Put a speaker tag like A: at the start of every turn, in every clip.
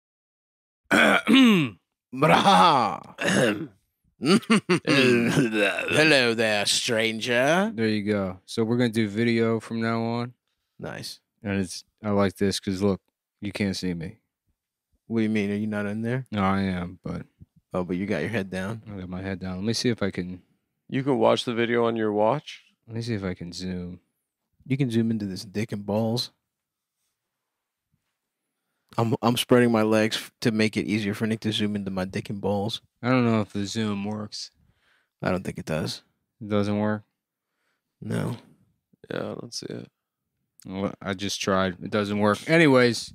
A: Hello there, stranger.
B: There you go. So we're gonna do video from now on,
A: Nice.
B: and it's I like this because look, you can't see me.
A: What do you mean? Are you not in there?
B: No, I am, but
A: Oh, but you got your head down.
B: I got my head down. Let me see if I can.
C: You can watch the video on your watch.
B: Let me see if I can zoom.
A: You can zoom into this dick and balls. I'm I'm spreading my legs f- to make it easier for Nick to zoom into my dick and balls.
B: I don't know if the zoom works.
A: I don't think it does.
B: It doesn't work.
A: No.
C: Yeah, let's see it.
B: Well, I just tried. It doesn't work. Anyways,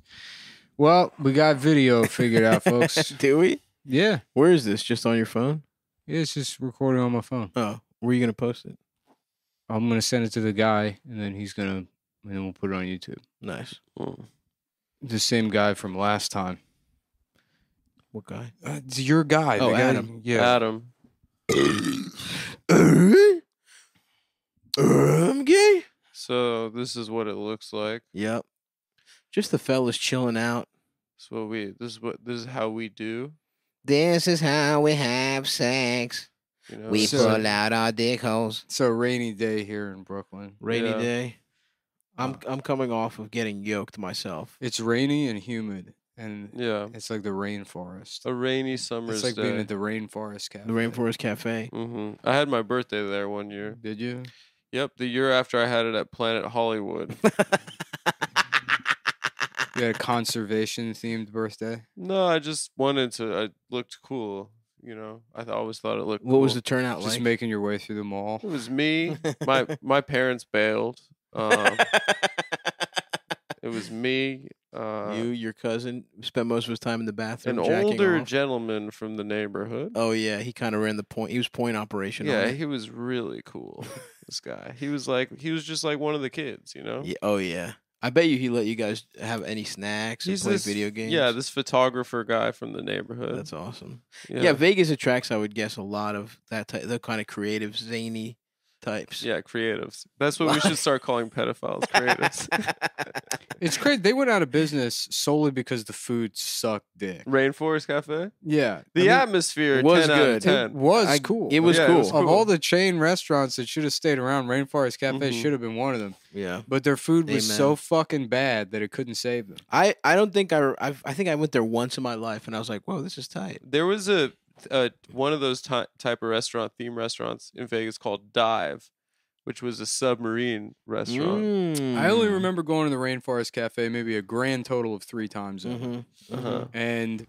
B: well, we got video figured out, folks.
A: Do we?
B: Yeah,
A: Where is this? Just on your phone?
B: yeah, it's just recording on my phone.
A: Oh, where you gonna post it?
B: I'm gonna send it to the guy, and then he's gonna, and then we'll put it on YouTube.
A: Nice.
C: Mm.
B: The same guy from last time.
A: What guy?
B: Uh, it's your guy.
A: Oh,
B: the guy-
A: Adam.
B: Yeah.
C: Adam.
A: Uh, I'm gay.
C: So this is what it looks like.
A: Yep. Just the fellas chilling out.
C: This is what we. This is what. This is how we do.
A: This is how we have sex.
C: You
A: Oh,
C: know.
B: We So- pull
A: out our dick holes.
B: So rainy day here in Brooklyn.
A: Rainy
C: Yeah.
A: day. I'm I'm coming off of getting yoked myself.
B: It's rainy and humid, and
C: yeah.
B: it's like the rainforest.
C: A rainy summer's
B: It's like
C: day.
B: being at the rainforest cafe.
A: The Rainforest Cafe.
C: hmm I had my birthday there one year.
B: Did you?
C: Yep, the year after I had it at Planet Hollywood.
B: You had a conservation themed birthday.
C: no, I just wanted to. I looked cool. You know, I th- always thought it looked.
A: What was
C: cool.
A: the turnout
B: Just
A: like?
B: making your way through the mall.
C: It was me. My my parents bailed. Um, it was me. Uh,
A: you, your cousin spent most of his time in the bathroom.
C: an
A: jacking
C: older
A: off.
C: gentleman from the neighborhood.
A: oh yeah, he kind of ran the point. He was point operation. on
C: yeah,
A: it.
C: he was really cool. this guy. He was like he was just like one of the kids. You know.
A: Yeah, oh yeah. I bet you he let you guys have any snacks and
C: He's
A: play
C: this-
A: video games.
C: Yeah, this photographer guy from the neighborhood.
A: that's awesome.
C: yeah.
A: Yeah. Vegas attracts, I would guess, a lot of that type, the kind of creative, zany types.
C: Yeah, creatives. That's what we should start calling pedophiles. Creatives.
B: It's crazy. They went out of business solely because the food sucked dick.
C: Rainforest Cafe.
B: Yeah.
C: The
B: I mean,
C: atmosphere
A: was
C: ten out of
A: good.
B: It
C: ten.
B: was
A: I-
B: cool.
A: It was
C: Yeah, it
A: cool.
C: was
B: Of all the chain restaurants that should have stayed around, Rainforest Cafe
C: Mhm.
B: should have been one of them.
A: Yeah.
B: But their food was so
A: Amen.
B: fucking bad that it couldn't save them.
A: I, I don't think I, re- I've, I think I went there once in my life and I was like, whoa, this is tight.
C: There was a, a one of those ty- type of restaurant theme restaurants in Vegas called Dive, which was a submarine
A: Mm.
C: restaurant.
B: I only remember going to the Rainforest Cafe maybe a grand total of three times. ever.
A: Mm-hmm.
C: Uh-huh.
B: And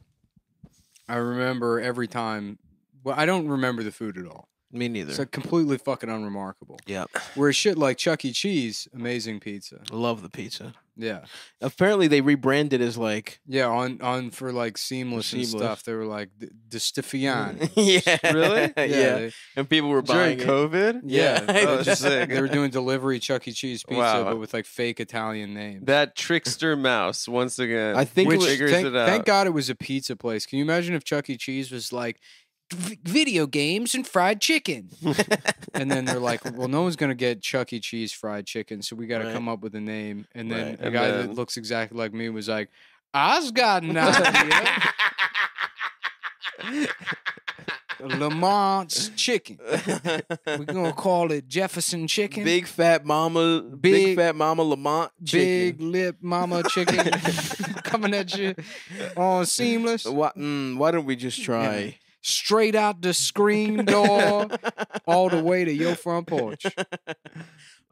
B: I remember every time. Well, I don't remember the food at all.
A: mm-hmm. Me neither.
B: It's like completely fucking unremarkable.
A: yeah.
B: Where shit like Chuck E. Cheese, amazing pizza.
A: Love the pizza.
B: Yeah.
A: Apparently, they rebranded as like.
B: Yeah, on on for like seamless, and
A: Seamless.
B: stuff. They were like the Stifian.
A: yeah.
C: Really?
A: Yeah.
B: they,
A: And people were
C: During
A: buying it.
C: COVID.
B: yeah.
A: Yeah.
B: they
A: Oh,
B: were
A: that's
B: just-
C: sick.
B: they were doing delivery Chuck E. Cheese pizza,
C: Wow.
B: but with like fake Italian names.
C: That trickster mouse once again.
A: I think it
B: Which
A: was-
C: figures
B: thank,
C: it out.
B: thank God it was a pizza place. Can you imagine if Chuck E. Cheese was like "V- video games and fried chicken? and then they're like, well, no one's gonna get Chuck E. Cheese fried chicken, so we got to
A: Right.
B: come up with a name. And then
A: Right.
B: the
C: And
B: guy
C: then-
B: that looks exactly like me was like, I've got an idea. Lamont's chicken. We're gonna call it Jefferson chicken.
A: Big fat mama, big,
B: Big-
A: fat mama Lamont,
B: Big
A: chicken.
B: lip mama chicken coming at you on seamless.
A: Why, mm, why don't we just try?
B: straight out the screen door all the way to your front porch. It's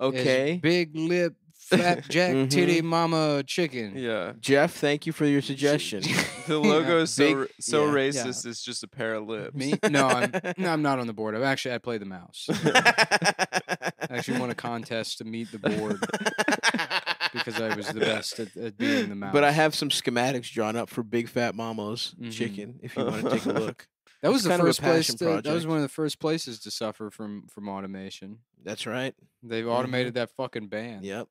A: okay,
B: big lip, flapjack,
A: Mhm.
B: titty, mama, chicken.
C: Yeah.
A: Jeff. Thank you for your suggestion.
C: The logo is so
A: Big-
C: r- so
A: yeah,
B: yeah.
C: racist. It's just a pair of lips.
B: Me? No, I'm no, I'm not on the board. I've actually I play the mouse. I actually won a contest to meet the board because I was the best at, at being the mouse.
A: But I have some schematics drawn up for Big Fat Mama's
B: Mhm.
A: chicken. If you want to take a look,
B: that was
A: it's
B: the
A: kind of a
B: first place.
A: passion
B: To, that was
A: project.
B: one of the first places to suffer from from automation.
A: that's right.
B: They've
A: Mhm.
B: automated that fucking band.
A: Yep.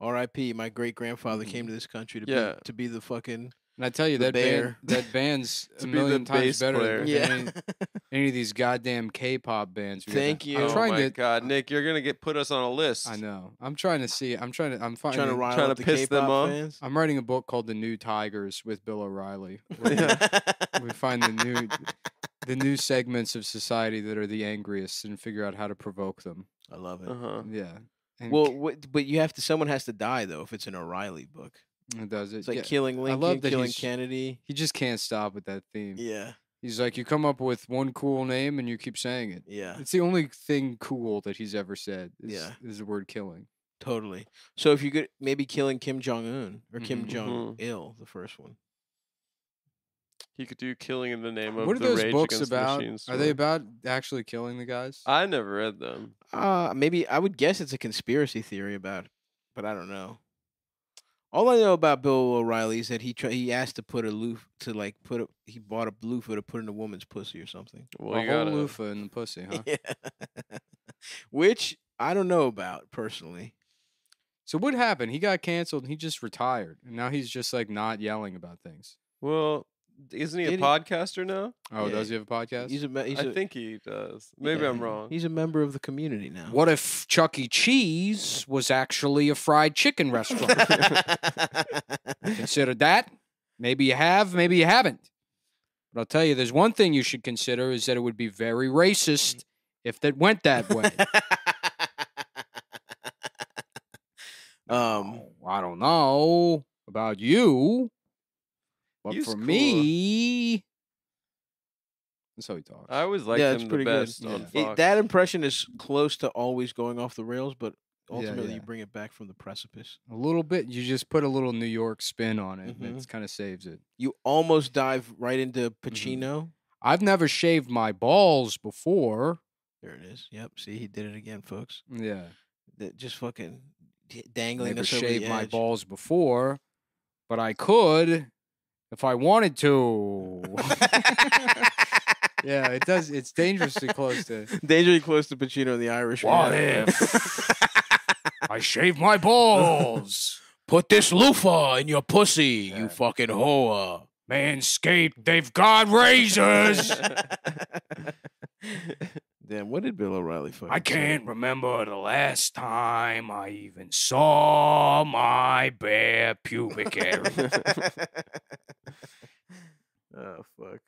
A: R.I.P. My great grandfather came to this country to
C: Yeah.
A: be to be the fucking
B: And I tell you
A: The
B: that band,
A: bear.
B: that band's a
C: To be the
B: million times
C: bass
B: better
C: player.
B: than any,
A: Yeah.
B: any of these goddamn K-pop bands. we have.
A: Thank you.
B: I'm
C: oh
B: trying
C: my
B: to.
C: god, Nick, you're gonna get put us on a list.
B: I know. I'm trying to see. I'm trying to. I'm finding.
A: trying to rile
C: Trying
A: up
C: to
A: the
C: piss them
A: K-pop
C: off.
A: fans.
B: I'm writing a book called The New Tigers with Bill O'Reilly.
C: Yeah.
B: we find the new the new segments of society that are the angriest and figure out how to provoke them.
A: I love it.
C: Uh-huh.
B: Yeah. And
A: Well, what, but you have to. Someone has to die though. If it's an O'Reilly book,
B: it does it.
A: it's like
B: yeah.
A: killing Lincoln,
B: love that
A: killing
B: he's-
A: Kennedy.
B: He just can't stop with that theme.
A: Yeah,
B: He's like, you come up with one cool name and you keep saying it.
A: yeah,
B: It's the only thing cool that he's ever said. Is,
A: Yeah.
B: is the word killing.
A: totally. So if you could maybe killing Kim Jong Un or Kim
B: Mhm.
A: Jong Il, the first one.
C: He could do killing in the name of
B: what are
C: the
B: those
C: Rage
B: books
C: Against the
B: about?
C: Machine
B: are
C: story.
B: they about actually killing the guys?
C: I never read them.
A: Uh, maybe I would guess it's a conspiracy theory about, it, but I don't know. All I know about Bill O'Reilly is that he tr- he asked to put a loof to like put a he bought a loofah to put in a woman's pussy or something.
C: Well,
B: a
C: you
B: whole
C: gotta-
B: loofah in the pussy, huh?
A: Yeah, which I don't know about personally.
B: so what happened? He got canceled and he just retired. And now he's just like not yelling about things.
C: Well, isn't he a
A: Did he-
C: podcaster now?
B: Oh,
A: Yeah,
B: does he have a podcast?
A: He's a me- he's
C: I
A: a-
C: think he does. Maybe
A: yeah,
C: I'm wrong.
A: He's a member of the community now.
B: What if Chuck E. Cheese was actually a fried chicken restaurant? consider that. Maybe you have, maybe you haven't. But I'll tell you, there's one thing you should consider is that it would be very racist if that went that way.
A: um,
B: Oh, I don't know about you, but
C: You's
B: for
C: cool.
B: me, that's how he talks.
C: I always liked
A: yeah, it's
C: him the
A: pretty good.
C: best on
A: It-
C: Fox.
A: that impression is close to always going off the rails, but
B: Yeah,
A: ultimately
B: yeah.
A: you bring it back from the precipice.
B: a little bit. You just put a little New York spin on it, and
A: Mhm.
B: it kind of saves it.
A: You almost dive right into Pacino.
B: I've never shaved my balls before.
A: There it is. Yep. See, he did it again, folks.
B: Yeah.
A: That just fucking d- dangling
B: never
A: us over
B: shaved
A: the
B: my
A: edge.
B: balls before, but I could if I wanted to. yeah, it does. It's dangerously close to.
A: Dangerously close to Pacino and the Irish.
B: What if I shave my balls?
A: Put this loofah in your pussy,
B: Yeah.
A: you fucking whore.
B: Manscaped, they've got razors.
A: Damn, what did Bill O'Reilly fucking
B: I
A: say?
B: can't remember the last time I even saw my bare pubic area.
A: oh fuck!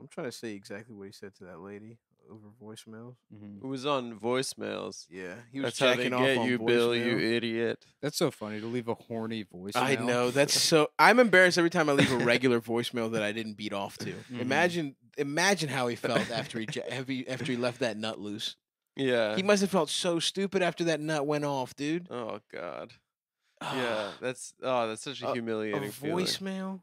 A: I'm trying to say exactly what he said to that lady over voicemails.
B: Mm-hmm.
C: it was on voicemails.
A: Yeah, he was
C: That's how they
A: checking off
C: get
A: on
C: you, Bill. You
A: voicemail.
C: idiot.
B: That's so funny to leave a horny voice.
A: I know that's so. I'm embarrassed every time I leave a regular voicemail that I didn't beat off to.
C: Mm-hmm.
B: Mhm.
A: Imagine, imagine how he felt after he, ja- after he after he left that nut loose.
C: Yeah.
A: He must have felt so stupid after that nut went off, dude.
C: oh God. Yeah. That's oh, that's such a,
A: A- a a
C: humiliating feeling.
A: voicemail.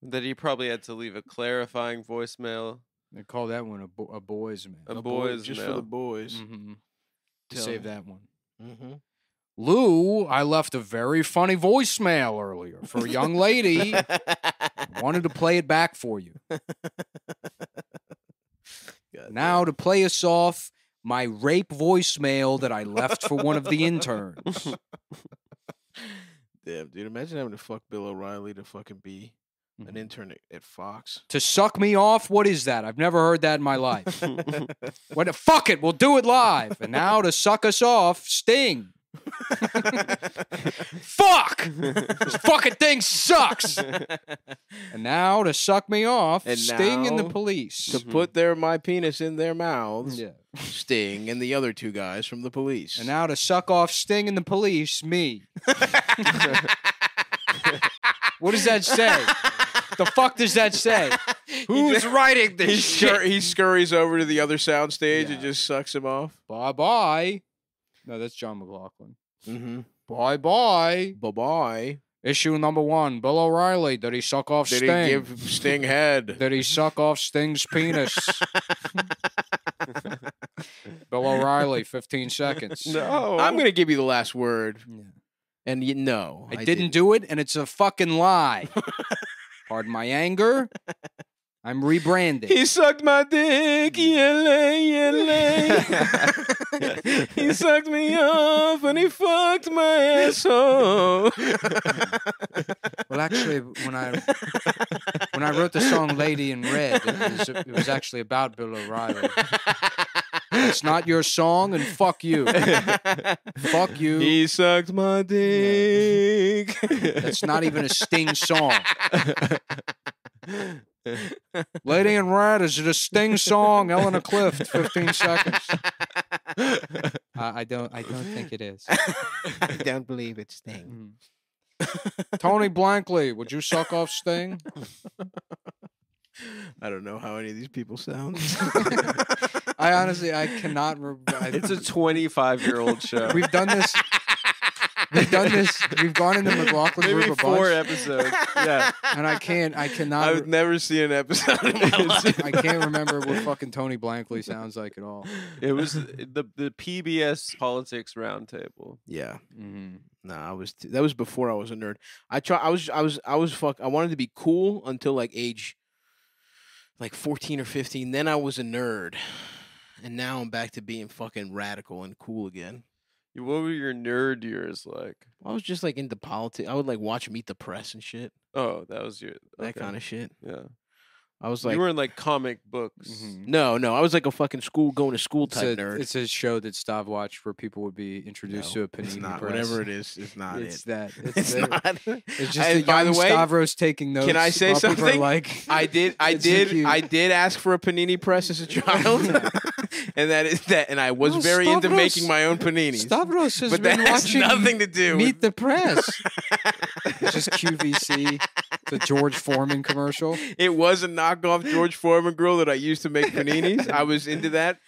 C: That he probably had to leave a clarifying voicemail.
B: They call that one a, bo- a boys man.
C: A
A: A boy-
C: boys
A: just for
C: mail.
A: the boys.
B: Mm-hmm. To
A: Tell him.
B: save that one.
A: Mm-hmm.
B: Lou, I left a very funny voicemail earlier for a young lady. Wanted to play it back for you. Now to play us off my rape voicemail that I left for one of the interns.
A: Damn, dude! Imagine having to fuck Bill O'Reilly to fucking be an intern at, at Fox.
B: to suck me off? What is that? I've never heard that in my life. What the fuck it, we'll do it live. And now to suck us off, Sting. Fuck! This fucking thing sucks. And now to suck me off,
A: And
B: Sting and the
A: now
B: police.
A: to put their my penis in their mouths,
B: Mm-hmm. yeah.
A: Sting and the other two guys from the police.
B: And now to suck off Sting and the police, me. what does that say? the fuck does that say? Who's writing
A: he,
B: this
A: scur-
B: shit?
A: he scurries over to the other sound stage
B: Yeah.
A: and just sucks him off.
B: Bye bye. No, that's John McLaughlin.
A: Mm-hmm.
B: Bye bye.
A: Bye bye.
B: Issue number one Bill O'Reilly. Did he suck off
A: Did
B: Sting?
A: he give Sting head?
B: Did he suck off Sting's penis? Bill O'Reilly, 15 seconds.
C: no.
B: Oh.
A: I'm gonna give you the last word,
B: Yeah.
A: and you no,
B: I, didn't do Mm. it, and it's a fucking lie. Pardon my anger, I'm rebranding.
A: He sucked my dick, yele, yele. he sucked me off and he fucked my asshole.
B: Well, actually, when I when I wrote the song "Lady in Red," it was, it was actually about Bill O'Reilly. It's not your song, and fuck you, fuck you.
A: He sucked my dick.
B: That's not even a Sting song. "Lady in Red" is it a Sting song? Eleanor Clift, 15 seconds. I, I don't, I don't think it is.
A: I don't believe it's Sting.
B: Mm. Tony Blankley, would you suck off Sting?
A: I don't know how any of these people sound.
B: I honestly, I cannot. Re- I,
C: It's a 25 year old show.
B: We've done this. We've done this. We've gone into McLaughlin
C: Maybe
B: group a
C: four
B: bunch,
C: episodes. Yeah,
B: and I can't. I cannot.
A: I would never see an episode of my life.
B: I can't remember what fucking Tony Blankley sounds like at all.
C: it was the the PBS politics roundtable.
A: Yeah.
B: Mm-hmm.
A: Nah, I was t- that was before I was a nerd. I try I was I was I was fuck I wanted to be cool until like age like 14 or 15. Then I was a nerd. And now I'm back to being fucking radical and cool again.
C: What were your nerd years like?
A: I was just like into politics. I would like watch Meet the Press and shit.
C: Oh, that was your
A: That kind of shit.
C: yeah.
A: I was like Mm-hmm,
C: you were in like comic books.
A: No, no. I was like a fucking school going to school
B: It's,
A: type
B: a,
A: nerd.
B: it's a show that Stav watched where people would be introduced
A: No,
B: to a panini
A: it's not
B: press.
A: whatever it is. It's not
B: It's
A: it.
B: that. It's,
A: It's
B: that-
A: not.
B: It's just
A: And
B: a
A: by the
B: young
A: way,
B: Stavros taking notes.
A: can I say
B: while people are
A: something?
B: Like
A: I did. I
B: It's
A: did.
B: cute.
A: I did ask for a panini press as a child,
B: Yeah.
A: and that is that. And I was
B: No,
A: very into
B: Stavros-
A: making my own paninis.
B: Stavros has
A: but that
B: been
A: has
B: watching
A: nothing to do
B: Meet
A: with.
B: the Press. It's just QVC, the George Foreman commercial.
A: It was a knockoff George Foreman grill that I used to make paninis. I was into that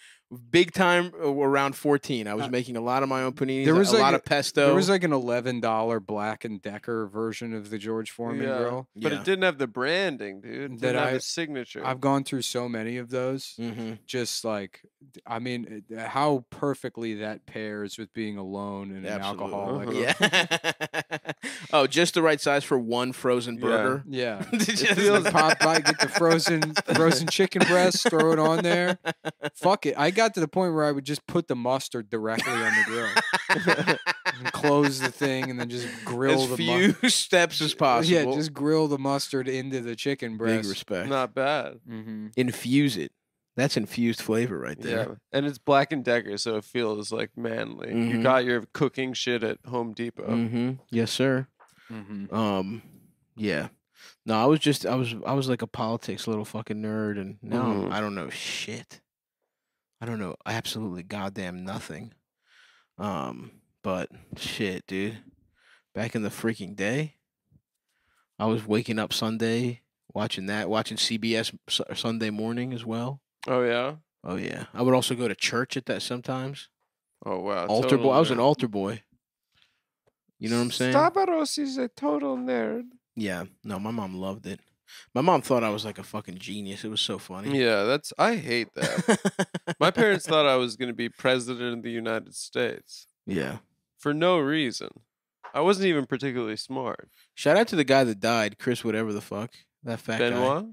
A: big time uh, around fourteen. I was
B: Uh, making
A: making a lot of my own paninis. There
B: there was
A: was a
B: like
A: lot
B: a-
A: of pesto.
B: There was like an eleven dollar Black and Decker version of the George Foreman
C: Yeah.
B: grill.
C: But it didn't have the branding, dude. It
B: That
C: didn't have
B: I-
C: a signature.
B: I've gone through so many of those.
A: hmm
B: Just like, d- I mean, uh, how perfectly that pairs with being alone and an
A: Absolutely. Mm-hmm.
B: alcoholic.
C: Uh-huh.
A: Yeah. oh, just the right size for one frozen
C: Yeah.
A: burger.
B: Yeah.
A: Just-
B: It feels pop by, get the frozen frozen chicken breast, throw it on there. Fuck it. I got to the point where I would just put the mustard directly on the grill. and close the thing and then just grill
A: as
B: the mu-
A: few steps as possible.
B: Yeah, just grill the mustard into the chicken
A: big
B: breast.
A: respect.
C: Not bad.
B: hmm
A: infuse it. That's infused flavor right
C: Yeah.
A: there.
C: And it's Black and Decker, so it feels like manly. You
A: Mhm.
C: got your cooking shit at Home Depot.
A: Mm-hmm. Yes, sir.
B: hmm
A: Um, yeah. No, I was just I was I was like a politics little fucking nerd, and now I'm-
C: Mhm.
A: I don't know shit. I don't know absolutely goddamn nothing. Um, but shit, dude. Back in the freaking day, I was waking up Sunday watching that, watching CBS Su- Sunday morning as well.
C: Oh yeah.
A: Oh yeah, I would also go to church at that sometimes.
C: Oh wow.
A: altar
C: total
A: boy. I was an
C: nerd.
A: altar boy. You know what I'm saying?
C: Stavros is a total nerd.
A: Yeah. No, my mom loved it. My mom thought I was like a fucking genius. It was so funny.
C: Yeah, that's I hate that. My parents thought I was going to be president of the United States
A: yeah.
C: for no reason. I wasn't even particularly smart.
A: Shout out to the guy that died, Chris, whatever the fuck. That fat guy.
C: Benoit?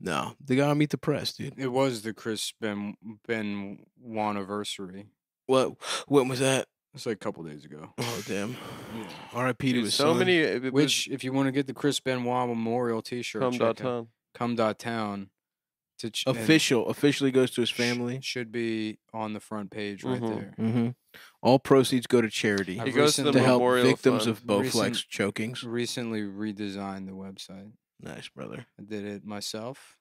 A: No, the guy on Meet the Press, dude.
B: It was the Chris Ben Ben anniversary.
A: What? When was that?
B: It's like a couple days ago.
A: Oh damn.
B: Yeah.
A: R.I.P. to
C: Dude,
A: his
C: so
A: son.
C: many. uh, It was
B: Which, if you want to get the Chris Benoit Memorial T-shirt,
C: cum
B: check
C: dot
B: out
C: com.
B: Come Dot Town. To ch- and
A: official officially goes to his
B: sh-
A: family.
B: should be on the front page right
C: Mhm.
B: there.
A: Mm-hmm. All proceeds go to charity
B: I've
C: He goes to the
A: to
B: recently-
A: help
C: memorial
A: victims
C: fund.
A: of Bowflex
B: Recent-
A: chokings.
B: Recently redesigned the website.
A: Nice, brother.
B: I did it myself.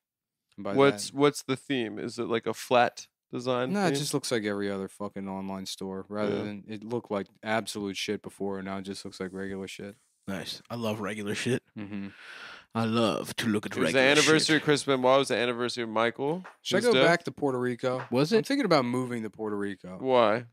B: And by that-
C: What's what's the theme? Is it like a flat design?
B: No, it
C: theme?
B: just looks like every other fucking online store. Rather
C: Yeah.
B: than it looked like absolute shit before, and now it just looks like regular shit.
A: Nice. I love regular shit.
B: Mm-hmm.
A: I love to look at
C: It was the
A: regular
C: anniversary
A: shit.
C: of Chris Benoit. It was the anniversary of Michael.
B: Should I
C: He's
B: go
C: dope.
B: back to Puerto Rico?
A: Was
B: I'm
A: it?
B: thinking about moving to Puerto Rico.
C: Why?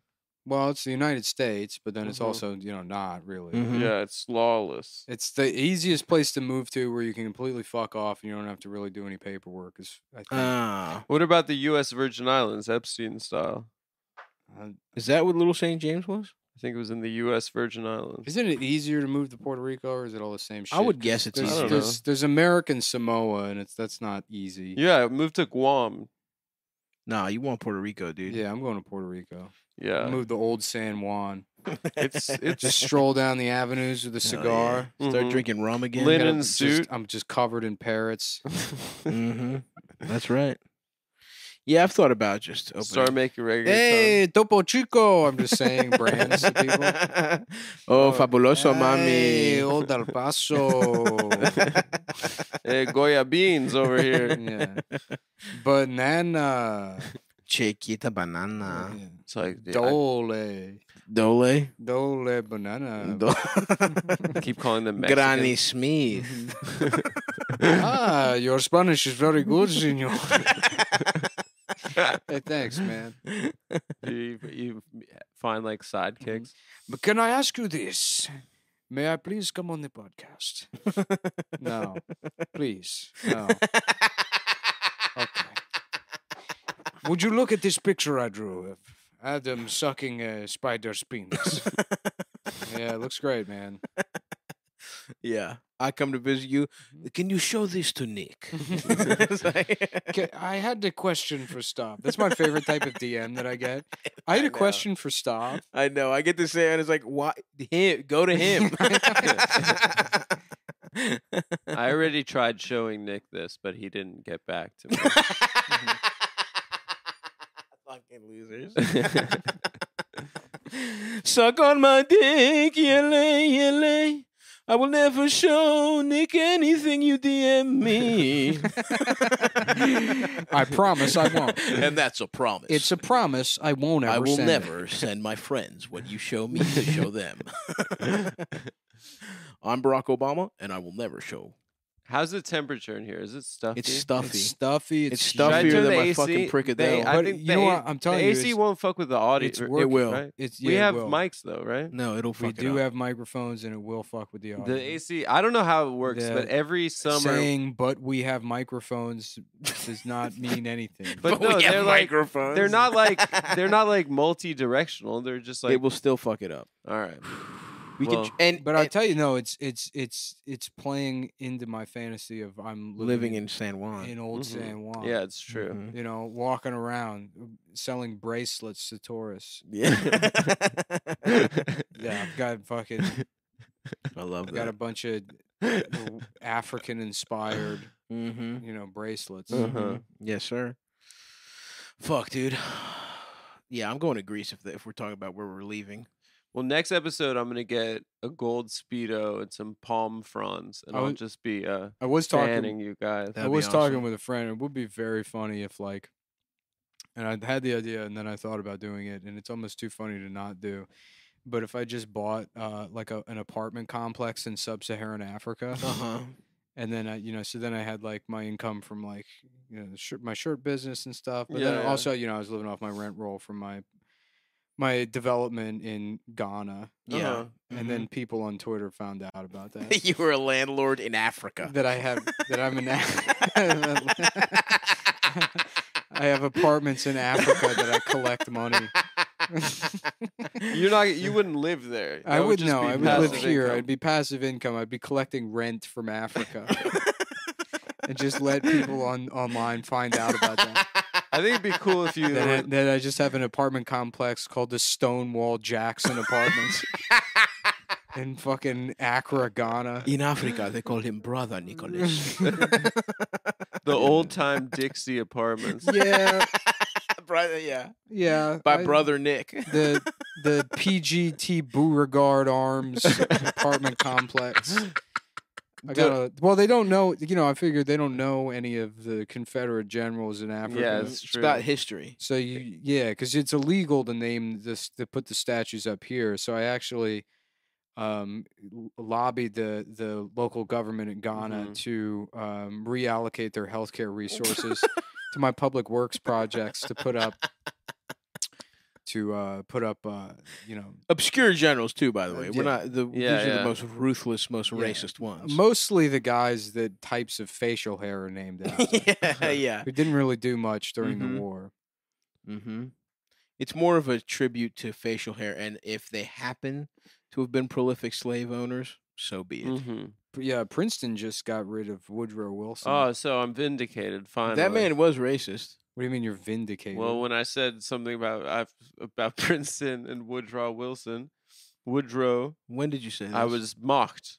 B: Well, it's the United States, but then it's
C: Mhm.
B: also you know not really.
A: Mhm.
C: Yeah, it's lawless.
B: It's the easiest place to move to where you can completely fuck off and you don't have to really do any paperwork. Is I think
A: Ah,
C: What about the U.S. Virgin Islands, Epstein style?
B: Uh,
A: is that what Little Saint James was?
C: I think it was in the U.S. Virgin Islands.
B: Isn't it easier to move to Puerto Rico, or is it all the same shit?
A: I would
B: 'Cause
A: guess it's
B: There's,
C: I don't
A: easier.
C: know.
B: there's, there's American Samoa, and it's that's not easy.
C: Yeah, I moved to Guam.
A: Nah, you want Puerto Rico, dude.
B: Yeah, I'm going to Puerto Rico.
C: Yeah,
B: Move to old San Juan.
C: it's
B: Just
C: it's
B: stroll down the avenues with a
A: Hell yeah.
B: cigar.
A: Start
C: Mhm.
A: drinking rum again.
C: Lin-
B: Got a-
C: Linen
B: just-
C: suit.
B: I'm just covered in parrots.
A: hmm That's right. Yeah, I've thought about just opening.
C: start making reggae.
B: Hey, Topo Chico. I'm just saying brands to people.
A: oh,
B: Oh,
A: fabuloso,
B: Hey,
C: oh.
A: mami.
B: old Al Paso.
C: hey, Goya beans over here.
B: yeah. Banana.
A: Chiquita banana.
B: Yeah.
C: It's like dude, I
B: Dole.
A: Dole.
B: Dole banana.
A: Dole.
C: keep calling them
A: Granny
C: Uh, Mexican.
A: Smith.
B: ah, your Spanish is very good, senor. hey, thanks, man.
C: you, you find like sidekicks.
B: But can I ask you this? May I please come on the podcast? no, please. No. Okay. Would you look at this picture I drew of Adam sucking a spider's penis? yeah, it looks great, man.
A: yeah. I come to visit you. Can you show this to Nick? It's like-
B: K- I had a question for Stop. That's my favorite type of DM that I get. I had
A: I
B: a
A: know.
B: question for Stop.
A: I know. I get to say, and it's like, why him? Go to him. Mm-hmm.
B: Mm-hmm.
C: I already tried showing Nick this, but he didn't get back to me.
A: Fucking losers. Suck on my dick, yele, yele. I will never show Nick anything you DM me.
B: I promise I won't.
A: And that's a promise.
B: It's a promise I won't ever
A: I will
B: send it.
A: never send my friends what you show me to show them. I'm Barack Obama, and I will never show.
C: How's the temperature in here? Is it stuffy?
A: It's stuffy.
B: It's stuffy.
A: It's
C: Should I
A: stuffier
C: turn
A: than
C: the
A: my fucking
C: AC?
A: prickadelle.
C: They- I
B: But
C: think
B: you
C: the
B: know
C: A-
B: what? I'm telling
C: the
B: you,
C: AC
B: it's-
C: won't fuck with the audio.
B: it's
C: right?
A: it will.
C: Right?
B: It's,
C: we
B: yeah, it
C: have
B: will.
C: mics though, right?
A: No, it'll
B: We
A: fuck it
B: do
A: up.
B: have microphones, and it will fuck with the audio.
C: The AC. I don't know how it works,
B: The
C: but every summer.
B: saying "but we have microphones" does not mean anything.
C: But no,
A: we have
C: they're like
A: microphones.
C: they're not like they're not like multi-directional. They're just
A: they
C: like
A: will still fuck it up.
C: all right.
A: We can
C: Well,
A: tr- and
B: but I
A: and
B: tell you, no, it's it's it's it's playing into my fantasy of I'm
A: living
B: living,
A: in San Juan.
B: in old
C: Mhm.
B: San Juan.
C: Yeah, it's true.
A: Mhm.
B: you know, walking around um, selling bracelets to tourists.
A: Mm-hmm. Yeah.
B: Yeah, I've got fucking
A: I love
B: I've got a
A: that.
B: bunch of Mm-hmm. African inspired,
A: Mm-hmm.
B: you know, bracelets.
C: Uh-huh.
A: Yes, sir. Fuck, dude. Yeah, I'm going to Greece if the, if we're talking about where we're leaving.
C: Well, next episode I'm gonna get a gold speedo and some palm fronds, and
B: I
C: I'll
B: was-
C: just be uh
B: I was talking
C: fanning you guys.
A: That'd be
B: I was talking
A: awesome.
B: with a friend. It would be very funny if like, and I had the idea, and then I thought about doing it, and it's almost too funny to not do. But if I just bought uh, like a, an apartment complex in sub-Saharan Africa,
A: Uh huh.
B: and then I, you know, so then I had like my income from like you know the shirt, my shirt business and stuff, but
C: Yeah,
B: then
C: yeah.
B: also you know I was living off my rent roll from my my development in Ghana,
A: Yeah.
C: Uh-huh.
B: and then people on Twitter found out about
A: Mhm.
B: that
A: you were a landlord in Africa.
B: that I have that I'm in. I have apartments in Africa that I collect money.
C: You're not. You wouldn't live there.
B: I
C: That
B: would
C: just
B: know.
C: be
B: I would live
C: passive
B: here.
C: income.
B: I'd be passive income. I'd be collecting rent from Africa, and just let people on online find out about that.
C: I think it'd be cool if you.
B: That I,
C: went-
B: that I just have an apartment complex called the Stonewall Jackson Apartments in fucking Accra, Ghana.
A: In Africa, they call him Brother Nicholas.
C: the old time Dixie apartments.
B: Yeah,
A: brother, yeah.
B: yeah.
A: By
B: I-
A: Brother Nick.
B: the the PGT Beauregard Arms apartment complex. I gotta, well, they don't know. You know, I figured they don't know any of the Confederate generals in Africa.
C: Yeah,
A: Mhm.
C: it's
A: It's about
C: true.
A: history.
B: So you, yeah, because it's illegal to name this to put the statues up here. So I actually um, l- lobbied the the local government in Ghana
C: Mhm.
B: to um, reallocate their healthcare resources to my public works projects to put up to uh, put up uh, you know
A: Obscure generals too, by the
B: Uh,
A: way.
B: yeah.
A: We're not the
C: Yeah,
A: these are
C: yeah.
A: the most ruthless, most
B: Yeah.
A: racist ones.
B: mostly the guys that types of facial hair are named after
A: yeah, yeah.
C: Mm-hmm.
B: who didn't really do much during
A: Mhm.
B: the war.
A: Mm-hmm. It's more of a tribute to facial hair, and if they happen to have been prolific slave owners, so be it.
C: Mhm.
B: P- Yeah, Princeton just got rid of Woodrow Wilson.
C: Oh, so I'm vindicated finally.
A: That man was racist.
B: what do you mean you're vindicated?
C: Well, when I said something about I've, about Princeton and Woodrow Wilson, Woodrow,
A: When did you say this?
C: I was mocked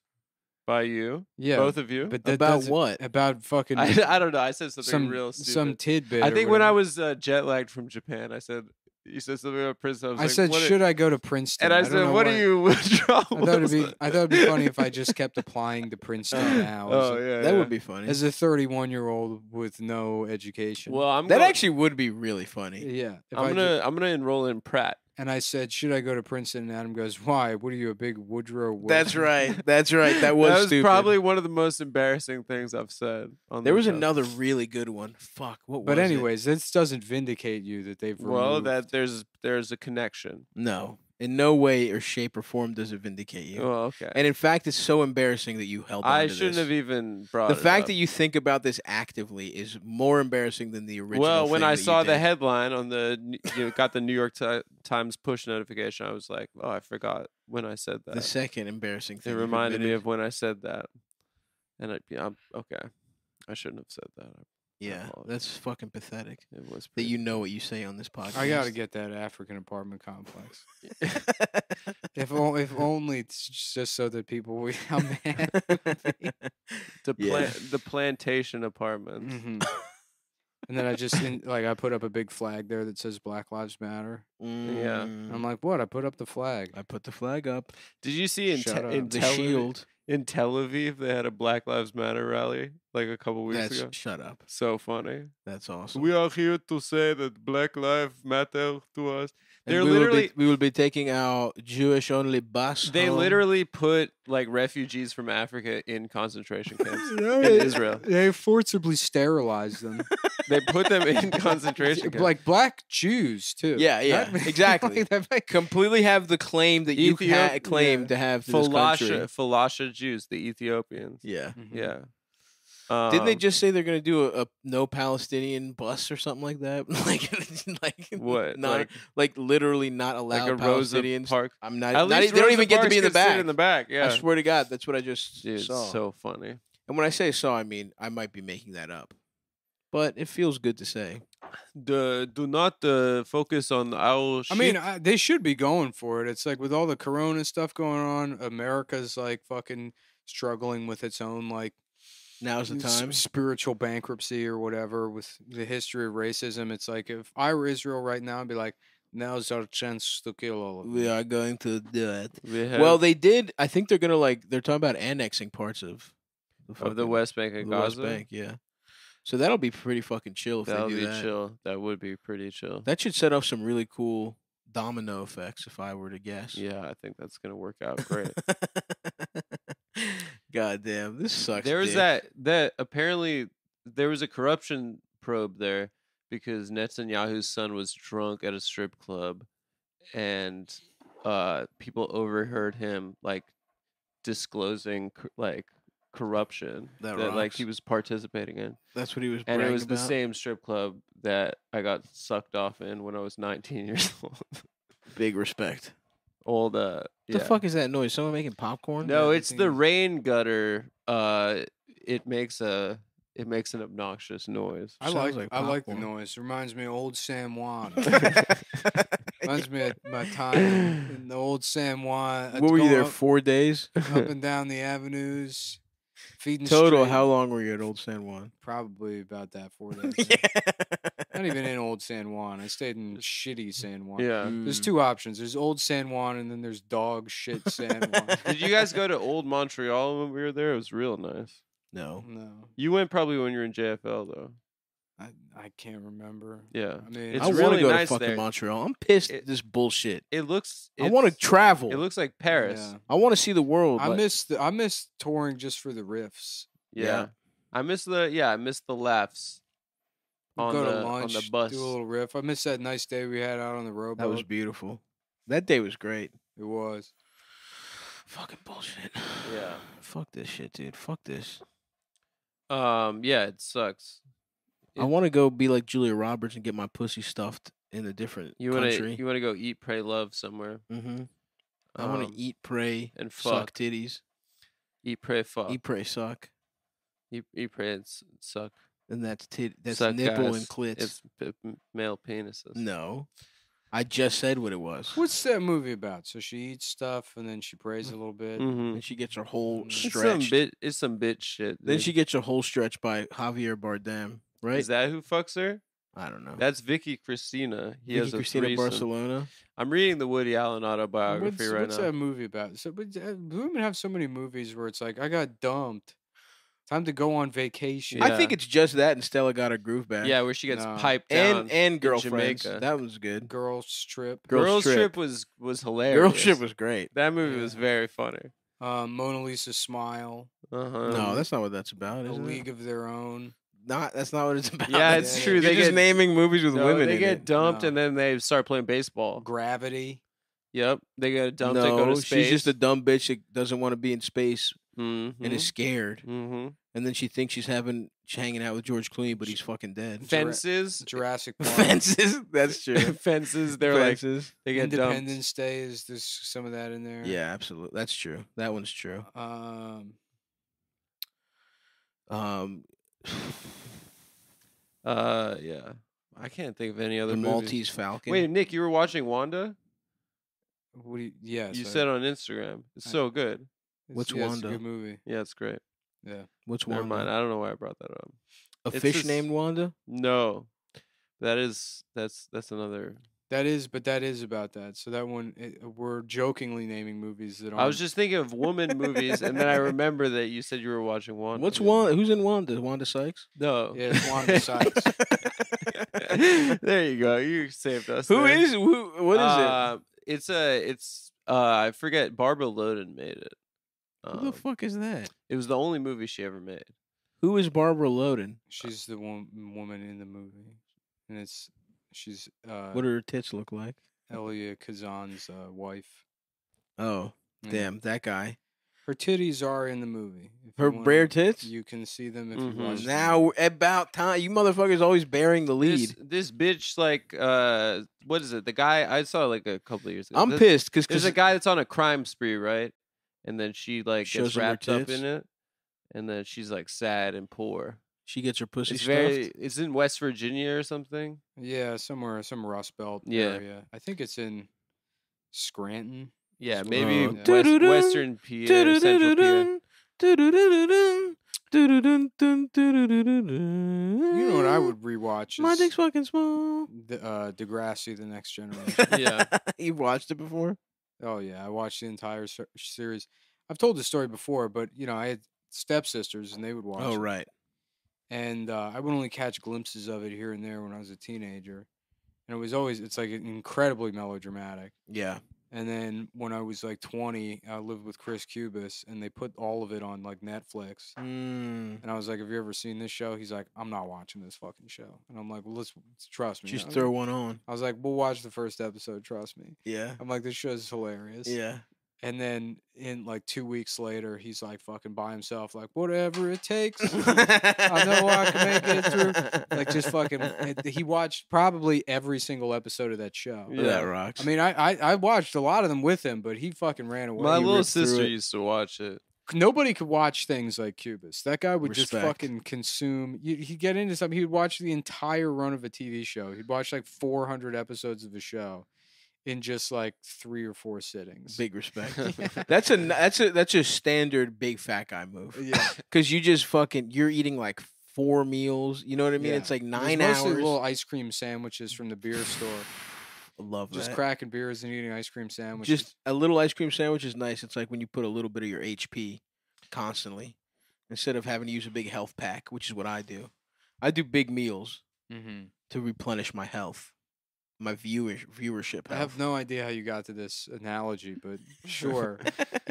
C: by you,
B: yeah,
C: both of you.
B: but that
A: about
B: doesn't-
A: what?
B: About fucking
C: I, I don't know. I said something
B: some
C: real stupid.
B: some tidbit.
C: I
B: or
C: think when I
B: whatever.
C: was uh, jet lagged from Japan, I said you said something about Princeton. I, was
B: I
C: like,
B: said,
C: what are-
B: should I go to Princeton?
C: and I,
B: don't
C: said,
B: know
C: what
B: why-
C: are you Woodrow?
B: I thought it'd be.
C: Wilson?"
B: I thought it'd be funny if I just kept applying to Princeton now. as
C: Oh
B: a-
C: yeah,
A: that
C: yeah.
A: would be funny.
B: As a 31 year old with no education.
C: Well, I'm
A: that
C: going-
A: actually would be really funny.
B: yeah. if I
C: I'm
B: ju-
C: gonna I'm gonna enroll in Pratt.
B: and I said, should I go to Princeton? And Adam goes, why? What are you, a big Woodrow? Wilson?
A: That's right. That's right. That was,
C: that was
A: stupid.
C: probably one of the most embarrassing things I've said. On
A: There
C: the
A: was
C: show.
A: another really good one. Fuck. What was
B: But
A: it?
B: anyways, this doesn't vindicate you that they've removed.
C: Well, that there's there's a connection.
A: No. In no way or shape or form does it vindicate you.
C: Oh, okay.
A: And in fact, it's so embarrassing that you held on
C: I
A: to
C: shouldn't
A: this.
C: have even brought
A: The
C: it
A: fact
C: up.
A: that you think about this actively is more embarrassing than the original.
C: Well, when
A: thing
C: I
A: that you
C: saw the
A: did.
C: headline on the N- you know, got the New York Ti- Times push notification, I was like, oh, I forgot when I said that.
A: the second embarrassing thing
C: it
A: you
C: reminded me
A: committed-
C: of when I said that, and I, yeah, I'm, okay, I shouldn't have said that.
A: Yeah,
C: apologies.
A: that's fucking pathetic.
C: It was
A: That
C: pretty-
A: you know what you say on this podcast.
B: I gotta get that African apartment complex. if, o- if only it's just so that people we
A: Oh,
B: how mad.
C: the
A: Yeah. Mm-hmm.
C: plan the plantation apartments.
B: Mhm. And then I just in, like I put up a big flag there that says Black Lives Matter.
C: Yeah.
B: And
A: Mm,
B: I'm like, what? I put up the flag.
A: I put the flag up. uh,
C: Did you see in,
B: Shut
C: te-
B: up.
C: in
A: The
C: Tel Aviv-
A: shield.
C: in Tel Aviv they had a Black Lives Matter rally like a couple weeks
A: That's
C: ago?
A: shut up.
C: So funny.
A: That's awesome.
C: We are here to say that Black Lives Matter to us.
A: And
C: They're
A: we will
C: literally-
A: be, we will be taking our Jewish only bus.
C: They
A: home.
C: literally put like refugees from Africa in concentration camps
B: No,
C: in
B: they-
C: Israel.
B: They forcibly sterilized them.
C: They put them in concentration camps.
B: like black Jews too.
A: Yeah, yeah, exactly.
B: like, that make-
A: completely have the claim that you
C: Ethiop-
A: ha- claim
B: yeah.
A: to have to this country.
C: Falasha, Falasha Jews, the Ethiopians.
A: Yeah.
C: Yeah.
A: Didn't they
C: Um,
A: just say they're gonna do a, a no Palestinian bus or something like that? like, like
C: what?
A: Not like,
C: like,
A: literally not allowed
C: like a Rosa
A: Palestinians.
C: Park.
A: I'm not. not
C: At least
A: e- they don't
C: Rosa
A: even get to
C: Parks
A: be in the
C: can sit
A: back.
C: In the back, yeah.
A: I swear to God, that's what I just
C: Dude,
A: saw.
C: so funny.
A: and when I say saw, I mean I might be making that up, but it feels good to say.
C: The, do not uh, focus on our.
B: I mean, I, they should be going for it. It's like with all the Corona stuff going on, America's like fucking struggling with its own like
A: Now's the
B: s-
A: time.
B: spiritual bankruptcy or whatever with the history of racism. It's like if I were Israel right now, I'd be like, now's our chance to kill all of them.
A: We are going to do it.
C: we have
A: Well, they did. I think they're gonna like. They're talking about annexing parts of
C: of the
A: fucking-
C: West Bank and
A: the West
C: Gaza.
A: Bank, yeah. So that'll be pretty fucking chill if
C: That
A: they
C: would
A: do
C: be
A: that.
C: chill. That would be pretty chill.
A: That should set off some really cool domino effects, if I were to guess.
C: yeah, I think that's gonna work out great.
A: God damn, this sucks.
C: there was
A: dick.
C: that that apparently there was a corruption probe there because Netanyahu's son was drunk at a strip club, and uh, people overheard him like disclosing cor- like corruption
A: That
C: like
A: rocks.
C: he was participating in,
A: That's what he was.
C: and it
A: bragging
C: was the
A: about?
C: same strip club that I got sucked off in when I was 19 years old.
A: Big respect.
C: Old uh,
A: The
C: yeah.
A: fuck is that noise? Someone making popcorn?
C: No,
B: that
C: it's the
B: thing?
C: rain gutter. Uh, it makes a it makes an obnoxious noise.
B: I like,
A: Sounds like
B: I like the
A: popcorn.
B: noise. Reminds me of old San Juan. Reminds
A: what
B: me of my time in in the old San Juan. I'd
A: were you
B: go
A: there?
B: up-
A: Four days
B: up and down the avenues, feeding
A: total.
B: straight.
A: How long were you at Old San Juan?
B: Probably about that four days. yeah.
A: yeah.
B: Not even in old San Juan. I stayed in shitty San Juan.
C: yeah.
B: There's two options. There's old San Juan, and then there's dog shit San Juan.
C: Did you guys go to Old Montreal when we were there? It was real nice.
A: No.
B: no,
C: You went probably when you were in JFL though. I-
B: I, I can't remember.
C: Yeah.
B: I mean,
C: It's
A: I want
C: really
A: to go
C: nice
A: to fucking
C: there.
A: Montreal. I'm pissed at
C: It-
A: this bullshit.
C: It looks.
A: I want to
C: it's-
A: travel.
C: It looks like Paris.
B: yeah.
A: I want to see the world.
B: I
A: like-
B: miss the, I miss touring just for the riffs.
C: Yeah.
A: Yeah.
C: I miss the yeah. I miss the laughs. On
B: go
C: the,
B: to lunch,
C: on the bus.
B: do a little riff. I miss that nice day we had out on the road.
A: that was beautiful. That day was great.
B: it was.
A: Fucking bullshit.
C: Yeah.
A: Fuck this shit, dude. Fuck this.
C: Um. Yeah. It sucks.
A: I
C: It-
A: want to go be like Julia Roberts and get my pussy stuffed in a different
C: You want to
A: country.
C: you want to go eat, pray, love somewhere.
A: hmm I want
C: Um,
A: to eat, pray,
C: and
A: suck
C: fuck.
A: titties.
C: Eat, pray, fuck.
A: Eat, pray, suck,
C: Eat, eat pray, and s- suck.
A: and that's tit. That's
C: Suck
A: nipple and
C: ass.
A: clits.
C: It's p- m- male penises.
A: No, I just said what it was.
B: What's that movie about? So she eats stuff and then she prays a little bit.
C: Mm-hmm.
A: And she gets her whole
B: Mm.
C: It's some
A: stretch.
C: bit. It's some bitch shit.
A: Then
C: dude.
A: she gets her whole stretch by Javier Bardem, right?
C: is that who fucks her?
A: I don't know.
C: That's Vicky Cristina. He
A: Vicky
C: has a
A: Cristina
C: threesome.
A: Barcelona.
C: I'm reading the Woody Allen autobiography
B: What's,
C: right
B: what's
C: now.
B: that movie about? So, but uh, women have so many movies where it's like, I got dumped. Time to go on vacation.
A: I think
C: Yeah.
A: it's just that, and Stella got her groove back.
C: Yeah, where she gets
B: No.
C: piped down.
A: and and girlfriends.
C: Jamaica.
A: That was good.
B: Girl strip.
A: Girls
C: Girls
A: Trip.
C: Trip. was was hilarious.
A: Girl shit was great.
C: that movie was
B: Yeah.
C: very funny.
B: Um, Mona Lisa smile.
C: Uh huh.
A: No, that's not what that's about.
B: a
A: Is it?
B: League of Their Own.
A: Not that's not what it's about.
C: Yeah, it's
B: Yeah,
C: true.
B: yeah.
A: You're
C: They
A: just
C: get
A: naming movies with
C: no,
A: women.
C: They
A: in
C: get
A: it.
C: dumped
B: No.
C: and then they start playing baseball.
B: Gravity.
C: Yep, they get dumped
A: no,
C: and go to space.
A: she's just a dumb bitch that doesn't want to be in space
C: mm-hmm.
A: and is scared.
C: hmm
A: And then she thinks she's having she's hanging out with George Clooney, but he's fucking dead.
B: Dra-
C: fences.
B: Jurassic Park.
A: Fences. That's true.
C: fences. They're like
A: Fences.
C: they get dumped.
B: Independence Day is there's some of that in there.
A: yeah, absolutely. That's true. That one's true.
B: Um,
A: Um,
C: Uh, yeah. I can't think of any other
A: the
C: movies.
A: Maltese Falcon.
C: Wait, Nick, you were watching Wanda.
B: what do you, yes.
C: you
B: I-
C: said on Instagram. It's
B: I-
C: so good.
B: it's-
A: what's
B: yeah, It's a
A: Wanda?
B: good movie.
C: Yeah, it's great.
B: Yeah.
A: What's
C: Never mind.
A: Wanda?
C: I don't know why I brought that up.
A: A
C: It's
A: fish
C: this-
A: named Wanda.
C: No, that is that's that's another.
B: That is, but that is about that. So that one, it, uh, we're jokingly naming movies that aren't.
C: I was
A: uh
C: just thinking of woman movies, and then I remember that you said you were watching Wanda.
A: What's Wanda? Who's in Wanda? Wanda Sykes.
C: No.
B: Yeah, it's Wanda Sykes.
C: there you go. You saved us.
A: Who
C: there.
A: is? Who? What is
C: Uh, It's a. It's. Uh, I forget. Barbara Loden made it.
A: it? Who
C: Um,
A: the fuck is that?
C: It was the only movie she ever made.
A: Who is Barbara Loden?
B: She's the one woman in the movie, and it's she's uh,
A: What do her tits look like?
B: Elia Kazan's uh, wife.
A: Oh,
B: Yeah.
A: damn, that guy.
B: Her titties are in the movie. If you
A: Her
B: wanna-
A: bare tits. Mm-hmm,
B: You can see them if
C: Mhm.
B: you watch. them.
A: Now we're about time. You motherfuckers always bearing the lead.
C: This, this bitch, like, uh, what is it? The guy I saw like a couple of years ago.
A: I'm
C: This-
A: pissed because
C: There's a guy that's on a crime spree, right? And then she like
A: Shows
C: gets
A: him her
C: wrapped up
A: tits.
C: in it, and then she's like sad and poor.
A: she gets her pussy
C: it's
A: stuffed.
C: very. It's in West Virginia or something.
B: Yeah, somewhere, some Rust Belt
C: Yeah.
B: area. I think it's in Scranton.
C: Yeah,
B: It's
C: maybe
A: Oh,
B: wild.
C: West,
A: Doo-doo-doo,
C: Western PA, or Central PA.
B: You
A: You
B: know what I would rewatch is
A: Mm, My dick's fucking small.
B: the, uh, Degrassi: The Next Generation.
C: Yeah.
A: You've watched it before?
B: oh yeah, I watched the entire ser- series. I've told this story before, but you know, I had stepsisters and they would watch.
A: Oh,
B: it,
A: right.
B: And uh, I would only catch glimpses of it here and there when I was a teenager, and it was always it's like incredibly melodramatic.
A: Yeah.
B: And then when I was like 20, I lived with Chris Cubis, and they put all of it on like Netflix.
A: Mm.
B: And I was like, "Have you ever seen this show?" He's like, "I'm not watching this fucking show." And I'm like, "Well, let's trust me." I
A: Just
B: was
A: throw
B: like-
A: one on.
B: I was like, "We'll watch the first episode. Trust me."
A: Yeah.
B: I'm like, "This show's hilarious."
A: Yeah.
B: And then in like two weeks later, he's like fucking by himself, like whatever it takes.
A: I
B: know I can make it through, like just fucking. and He watched probably every single episode of that show.
C: Yeah.
A: That rocks.
B: I mean, I, I I watched a lot of them with him, but he fucking ran away.
C: My
B: He
C: little
B: ripped through
C: sister
B: it.
C: used to watch it.
B: nobody could watch things like Cubis. That guy would just
A: Respect.
B: fucking consume. You, he'd get into something. He'd watch the entire run of a TV show. He'd watch like 400 episodes of a show in just like three or four sittings.
A: big respect.
B: Yeah.
A: That's a n- that's a that's a standard big fat guy move.
B: yeah,
A: Cause you just fucking you're eating like four meals. You know what I mean?
B: yeah.
A: It's like
B: It was
A: nine hours.
B: mostly Little ice cream sandwiches from the beer store.
A: Love
B: Just
A: that.
B: cracking beers and eating ice cream sandwiches.
A: Just a little ice cream sandwich is nice. It's like when you put a little bit of your HP constantly instead of having to use a big health pack, which is what I do. I do big meals
B: mm-hmm.
A: to replenish my health, my viewers viewership.
B: I
A: Health.
B: have no idea how you got to this analogy, but sure.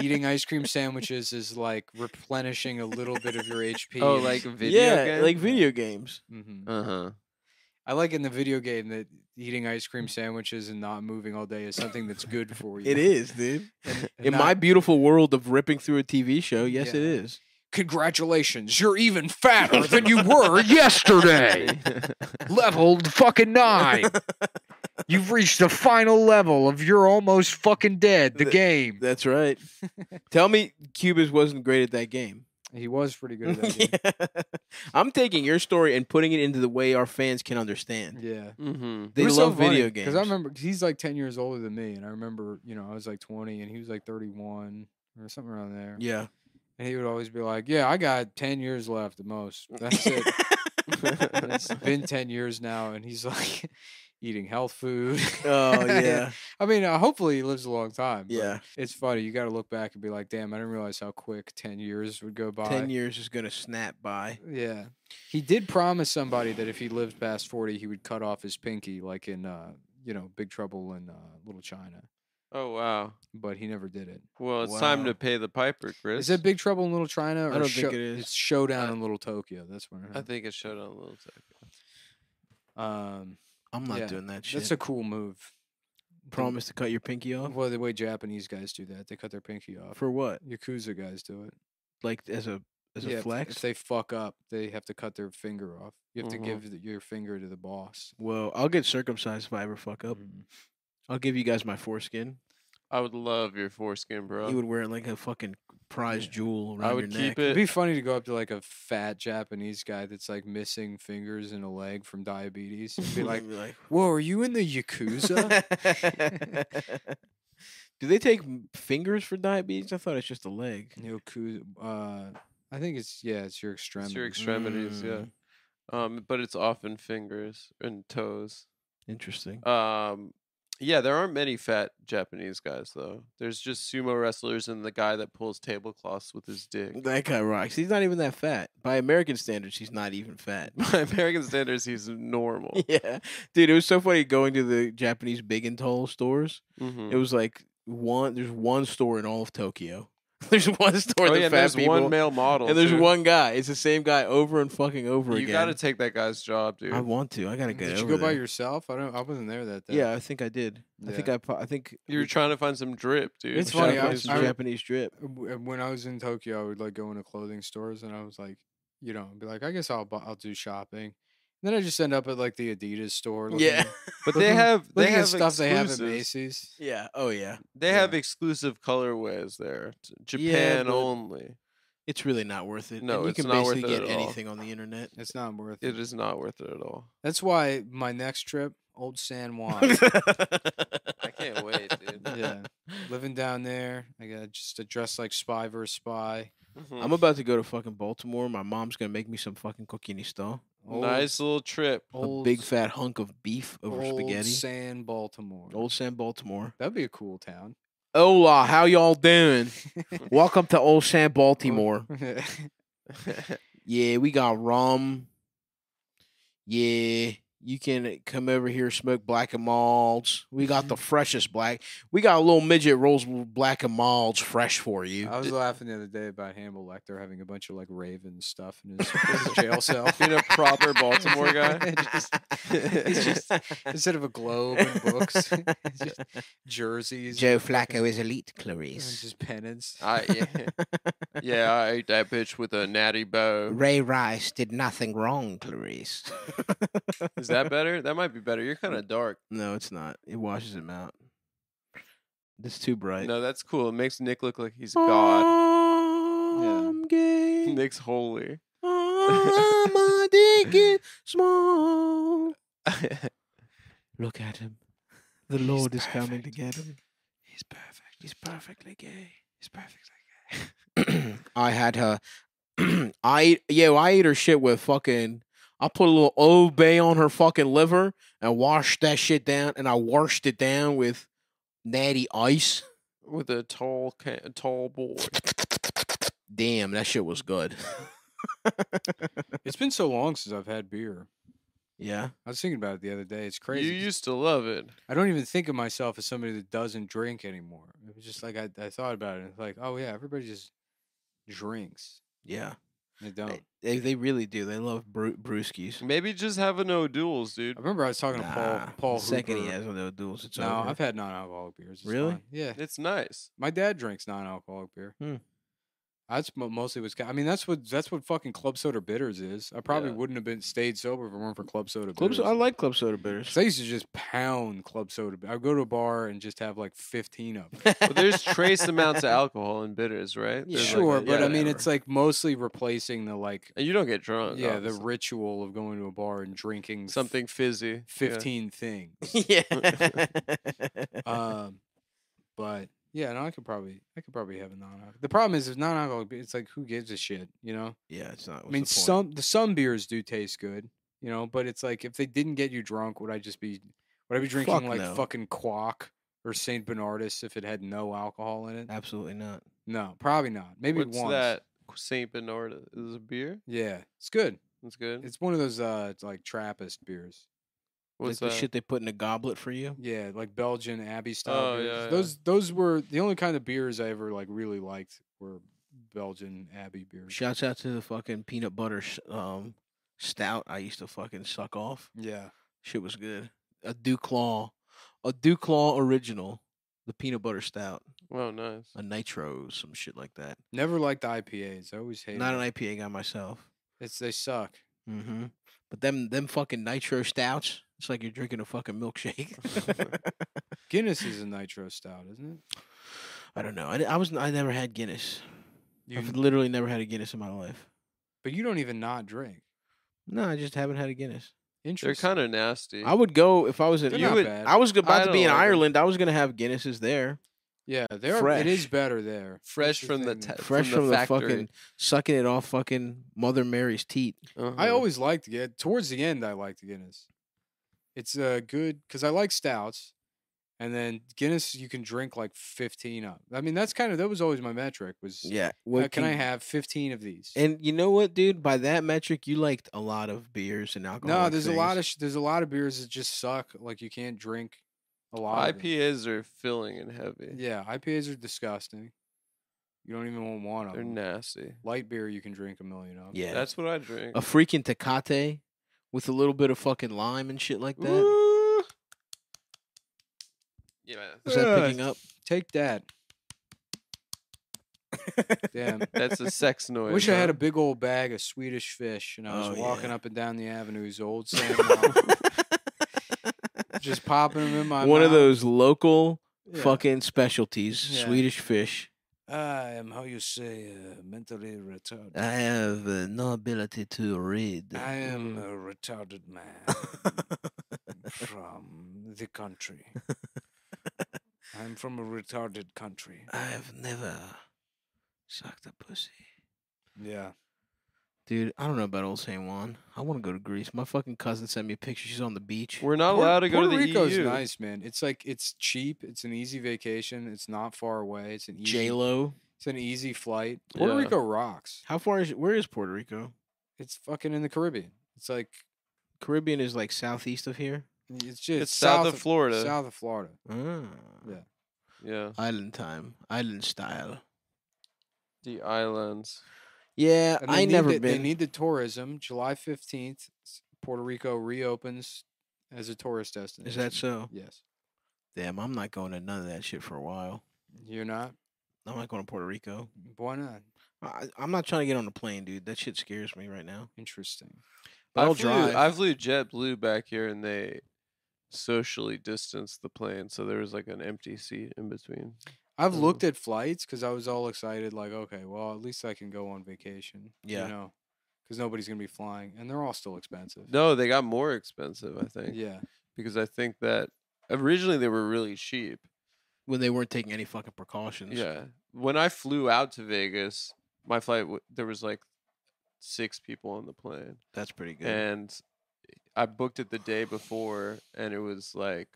B: Eating ice cream sandwiches is like replenishing a little bit of your HP.
C: Oh,
B: and-
C: like video
A: yeah,
C: game?
A: like video games.
B: Mhm.
C: Uh
A: Uh-huh.
C: huh.
B: I like in the video game that eating ice cream sandwiches and not moving all day is something that's good for you.
A: It is, dude.
B: And- and
A: In
B: not-
A: my beautiful world of ripping through a TV show, yes, it
B: Yeah.
A: is.
B: congratulations, you're even fatter than you were yesterday. Leveled fucking nine. You've reached the final level of you're almost fucking dead. The
A: Th-
B: game.
A: That's right. Tell me Cubas wasn't great at that game.
B: He was pretty good at that game.
A: Yeah. I'm taking your story and putting it into the way our fans can understand.
B: Yeah.
C: Mm-hmm.
A: They love video games.
B: Because I remember 'cause he's like 10 years older than me. And I remember, you know, I was like 20 and he was like 31 or something around there.
A: Yeah.
B: And he would always be like, Yeah, I got 10 years left at most. That's it. And it's been 10 years now. And he's like eating health food.
A: oh yeah.
B: I mean, uh, hopefully he lives a long time. but
A: Yeah.
B: It's funny. You got to look back and be like, Damn, I didn't realize how quick 10 years would go by.
A: Ten years is gonna snap by.
B: Yeah. He did promise somebody that if he lived past 40, he would cut off his pinky, like in, uh, you know, Big Trouble in uh, Little China.
C: Oh wow.
B: But he never did it.
C: Well, it's time
A: Wow.
C: to pay the piper, Chris.
B: Is it Big Trouble in Little China? Or
A: I don't
B: Show-
A: think it is.
B: It's Showdown
C: I-
B: in Little Tokyo. That's what
C: I
B: I
C: think it showed on a little second.
B: Um,
A: I'm not
B: Yeah.
A: doing that shit.
B: that's a cool move. The-
A: promise to cut your pinky off
B: Well, the way Japanese guys do that, they cut their pinky off.
A: for what?
B: Yakuza guys do it.
A: Like as a as a
B: Yeah, if-
A: flex. Mm-hmm.
B: If they fuck up, they have to cut their finger off. You have
C: Mhm.
B: to give the, your finger to the boss.
A: well, I'll get circumcised if I ever fuck up.
B: Mhm.
C: Mm-hmm.
A: I'll give you guys my foreskin.
C: I would love your foreskin, bro.
A: You would wear it like a fucking prize
B: Yeah.
A: jewel around
C: I would
A: your neck.
C: keep
B: It'd
C: it.
B: be funny to go up to like a fat Japanese guy that's like missing fingers and a leg from diabetes and be like,
A: Be like,
B: "Whoa, are you in the yakuza?"
A: Do they take m- fingers for diabetes? I thought it's just a leg.
B: yakuza. Uh, I think it's yeah, it's your Mm-hmm. extremities.
C: It's your extremities,
A: Mm.
C: yeah. Um, but it's often fingers and toes.
A: Interesting.
C: Um, yeah, there aren't many fat Japanese guys though. There's just sumo wrestlers and the guy that pulls tablecloths with his dick.
A: That guy rocks. He's not even that fat. By American standards, he's not even fat.
C: By American standards, he's normal.
A: yeah. Dude, it was so funny going to the Japanese big and tall stores.
B: Mm-hmm.
C: Mhm.
A: It was like one there's one store in all of Tokyo. There's one store
C: Oh,
A: that
C: yeah, and
A: fat
C: there's
A: people.
C: one male model,
A: and there's
C: too.
A: one guy. It's the same guy over and fucking over
C: You
A: again.
C: gotta take that guy's job, dude.
A: I want to. I gotta get
B: Did you
A: over
B: go by
A: there.
B: yourself? I don't. I wasn't there that day.
A: Yeah, I think I did. I think
B: Yeah.
A: I. po- I think
C: you were trying to find some drip, dude.
B: It's
A: It's
B: funny,
A: funny.
B: I
A: Japanese,
B: was-
A: some
B: I-
A: Japanese drip.
B: W- and When I was in Tokyo, I would like go into clothing stores, and I was like, you know, be like, I guess I'll bu- I'll do shopping. And then I just end up at like the Adidas store. looking
A: Yeah.
B: at-
C: But
B: looking-
C: they have they
B: looking at
C: have
B: stuff they have at
C: exclusives.
B: Macy's.
A: Yeah. Oh yeah.
C: They have exclusive colorways there. T-
A: Yeah,
C: Japan
A: but-
C: only.
A: It's really not worth it.
C: No,
A: and you
C: it's
A: can
C: not worth
A: basically
C: it
A: get
C: at all.
A: anything on the internet.
B: It's not worth it.
C: It is not worth it at all.
B: That's why my next trip, Old San Juan.
A: I
C: can't wait, dude.
B: yeah, living down there. I got just a dress like spy versus spy.
A: I'm about to go to fucking Baltimore. My mom's gonna make me some fucking coquinista,
B: Old-
C: nice little trip.
A: a big fat hunk of beef over
B: old
A: spaghetti.
B: San Baltimore.
A: Old San Baltimore.
B: That'd be a cool town.
A: Hola, how y'all doing? Welcome to Old San Baltimore. Yeah, we got rum. Yeah, you can come over here smoke black and malts. We got the freshest black. We got a little midget rolls with black and malts fresh for you.
B: I was laughing the other day about Hannibal Lecter having a bunch of like raven stuff in his, his jail cell.
C: Being a proper Baltimore guy.
B: Just- it's just- Instead of a globe and books, it's just jerseys.
A: Joe
B: and fucking-
A: Flacco is elite,
B: and
A: Clarice.
B: Just pennants.
C: I yeah. yeah, I ate that bitch with a natty
B: Oh.
C: bow.
A: Ray Rice did nothing wrong, Clarice.
C: Is that better? That might be better. You're kind of dark.
A: No, it's not. It washes him out. It's too bright.
C: No, that's cool. It makes Nick look like he's a god.
A: God. I'm gay.
C: Nick's holy.
A: Oh, my dick is small. Look at him. The Lord is coming to get him. He's perfect. He's perfectly gay. He's perfectly gay. I had her. I yo, I ate her shit with fucking. I put a little Old Bay on her fucking liver and washed that shit down, and I washed it down with natty ice.
C: with a tall, ca- tall boy.
A: Damn, that shit was good.
B: It's been so long since I've had beer.
A: yeah,
B: I was thinking about it the other day. It's crazy.
C: You
B: 'cause
C: used to love it.
B: I don't even think of myself as somebody that doesn't drink anymore. It was just like I, I thought about it. It's like, oh yeah, everybody just drinks.
A: yeah.
B: They don't.
A: They- They, they really do. They love bru- brewskis.
C: Maybe just have a no duels, dude.
B: I remember I was talking to Paul.
A: Nah,
B: Paul
A: the second he
B: Hooper.
A: has one of those duels, it's
B: no,
A: over.
B: I've had non-alcoholic beers. It's
A: Really?
B: fine. Yeah.
C: It's nice.
B: My dad drinks non-alcoholic beer.
A: Hmm.
B: That's mo- mostly what's. got- I mean, that's what that's what fucking club soda bitters is. I probably
C: Yeah.
B: wouldn't have been stayed sober if it weren't for club soda.
A: Club,
B: bitters.
A: so- I like club soda bitters.
B: So I used to just pound club soda. I would go to a bar and just have like fifteen of them.
C: But there's trace amounts of alcohol in bitters, right?
A: Yeah.
C: There's like
B: sure,
C: a-
B: but
C: yeah,
B: I mean,
C: yeah.
B: it's like mostly replacing the like,
C: and you don't get drunk.
B: yeah, the
C: obviously.
B: ritual of going to a bar and drinking f-
C: something fizzy. yeah.
B: fifteen things.
A: yeah.
B: um, but yeah, no, I could probably, I could probably have a non-alcoholic. The problem is, if non-alcoholic, it's like who gives a shit, you know?
A: yeah, it's not.
B: I mean,
A: what's the point?
B: some the some beers do taste good, you know, but it's like if they didn't get you drunk, would I just be would I be drinking
A: Fuck
B: like
A: no.
B: fucking quack or Saint Bernardus if it had no alcohol in it?
A: Absolutely not.
B: No, probably not. Maybe
C: What's
B: once.
C: that? Saint Bernard is it a beer.
B: Yeah, it's good.
C: That's good.
B: It's one of those uh it's like Trappist beers.
C: What's
A: like
C: that?
A: the shit they put in a goblet for you.
B: Yeah, like Belgian Abbey style
C: Oh,
B: beers.
C: yeah, yeah.
B: Those those were the only kind of beers I ever like really liked were Belgian Abbey beers.
A: Shouts out to the fucking peanut butter s- um, stout I used to fucking suck off.
B: yeah.
A: Shit was good. A Duclaw, a Duclaw original, the peanut butter stout,
C: Oh, nice.
A: a nitro, some shit like that.
B: Never liked IPAs. I always hated
A: Not
B: them.
A: an IPA guy myself.
B: It's they suck.
A: Mm-hmm. But them them fucking nitro stouts, it's like you're drinking a fucking milkshake.
B: Guinness is a nitro stout, isn't it?
A: I don't know. I, I was I never had Guinness.
B: You
A: I've literally never had a Guinness in my life.
B: But you don't even not drink.
A: No, I just haven't had a Guinness.
C: They're
B: Interesting.
C: kind of nasty.
A: I would go if I was in.
B: They're
A: You
B: not
A: would,
B: bad.
A: I was
C: I
A: about to be
C: don't
A: in
C: like 'em.
A: Ireland. I was gonna have Guinnesses there,
B: yeah, they are. It is
A: fresh.
B: better there.
C: fresh
B: That's
C: from the
B: thing.
C: ta-
A: fresh
C: from
A: from the,
C: factory.
A: fucking sucking it off fucking Mother Mary's teat.
B: I
C: Uh-huh.
B: always liked get towards the end. I liked Guinness. It's uh, good because I like stouts, and then Guinness you can drink like fifteen up. I mean, that's kind of that was always my metric was yeah, Uh,
A: Yeah. What
B: can, I have fifteen of these?
A: And you know what, dude? By that metric, you liked a lot of beers and alcohol.
B: no, there's a lot of sh- there's a lot of beers that just suck. Like you can't drink a lot. of them.
C: IPAs are filling and heavy.
B: Yeah, IPAs are disgusting. You don't even want
C: They're
B: them.
C: nasty.
B: Light beer you can drink a million of.
A: yeah.
C: That's what I drink.
A: a freaking Tecate with a little bit of fucking lime and shit like that.
C: Ooh. Yeah,
A: Is that
B: Yeah.
A: picking up?
B: Take that. Damn.
C: that's a sex
B: I
C: noise.
B: wish I had
C: huh?
B: a big old bag of Swedish fish and I was
A: Oh,
B: walking
A: yeah.
B: up and down the avenues, old Sam, Mount, just popping them in my
A: One of
B: mouth.
A: those local
B: Yeah.
A: fucking specialties,
B: Yeah.
A: Swedish fish.
B: I am how you say uh, mentally retarded.
A: I have uh, no ability to read.
B: I am uh,
C: Mm.
B: a retarded man from the country. I'm from a retarded country.
A: I have never sucked a pussy.
B: Yeah.
A: Dude, I don't know about old San Juan. I want to go to Greece. My fucking cousin sent me a picture. She's on the beach.
C: We're not allowed to go
B: Puerto
C: to the E
B: Rico's
C: EU.
B: nice, man. It's like it's cheap. It's an easy vacation. It's not far away. It's an easy.
A: J Lo.
B: It's an easy flight. Puerto
C: Yeah.
B: Rico rocks.
A: How far is? Where is Puerto Rico?
B: It's fucking in the Caribbean. It's like
A: Caribbean is like southeast of here.
B: it's just
C: It's south of Florida.
B: South of Florida.
A: Ah.
B: Yeah.
C: Yeah,
A: Island time, island style.
C: the islands.
A: Yeah,
B: And they
A: I
B: need
A: never
B: the- They
A: been.
B: need the tourism. July fifteenth, Puerto Rico reopens as a tourist destination.
A: is that so?
B: Yes.
A: Damn, I'm not going to none of that shit for a while.
B: You're not.
A: I'm not going to Puerto Rico.
B: Why not?
A: I, I'm not trying to get on a plane, dude. That shit scares me right now.
B: Interesting.
A: But
C: I
A: I'll
C: flew,
A: drive.
C: I flew JetBlue back here, and they socially distanced the plane, so there was like an empty seat in between.
B: I've
C: Mm.
B: looked at flights because I was all excited, like, okay, well, at least I can go on vacation.
A: Yeah.
B: You know, because nobody's going to be flying and they're all still expensive.
C: No, they got more expensive, I think,
B: Yeah.
C: because I think that originally they were really cheap.
A: when they weren't taking any fucking precautions.
C: Yeah. When I flew out to Vegas, my flight w- there was like six people on the plane,
A: that's pretty good.
C: and I booked it the day before, and it was like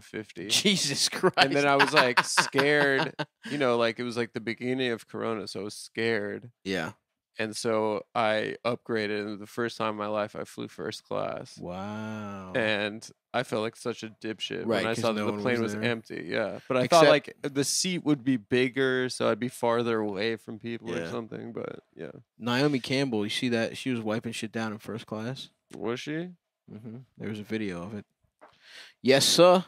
C: fifty.
A: Jesus Christ.
C: And then I was like scared, you know, like it was like the beginning of Corona, so I was scared,
A: yeah.
C: and so I upgraded. And the first time in my life, I flew first class,
A: Wow.
C: and I felt like such a dipshit
A: Oh. Right,
C: when I
A: 'cause
C: saw that
A: no
C: the
A: one was
C: plane was,
A: there.
C: empty. Yeah, but I thought like
A: Except-
C: the seat would be bigger, so I'd be farther away from people or
A: Yeah.
C: something. But yeah,
A: Naomi Campbell, you see that? She was wiping shit down in first class.
C: was she?
A: Mm-hmm. There was a video of it. Yes, sir.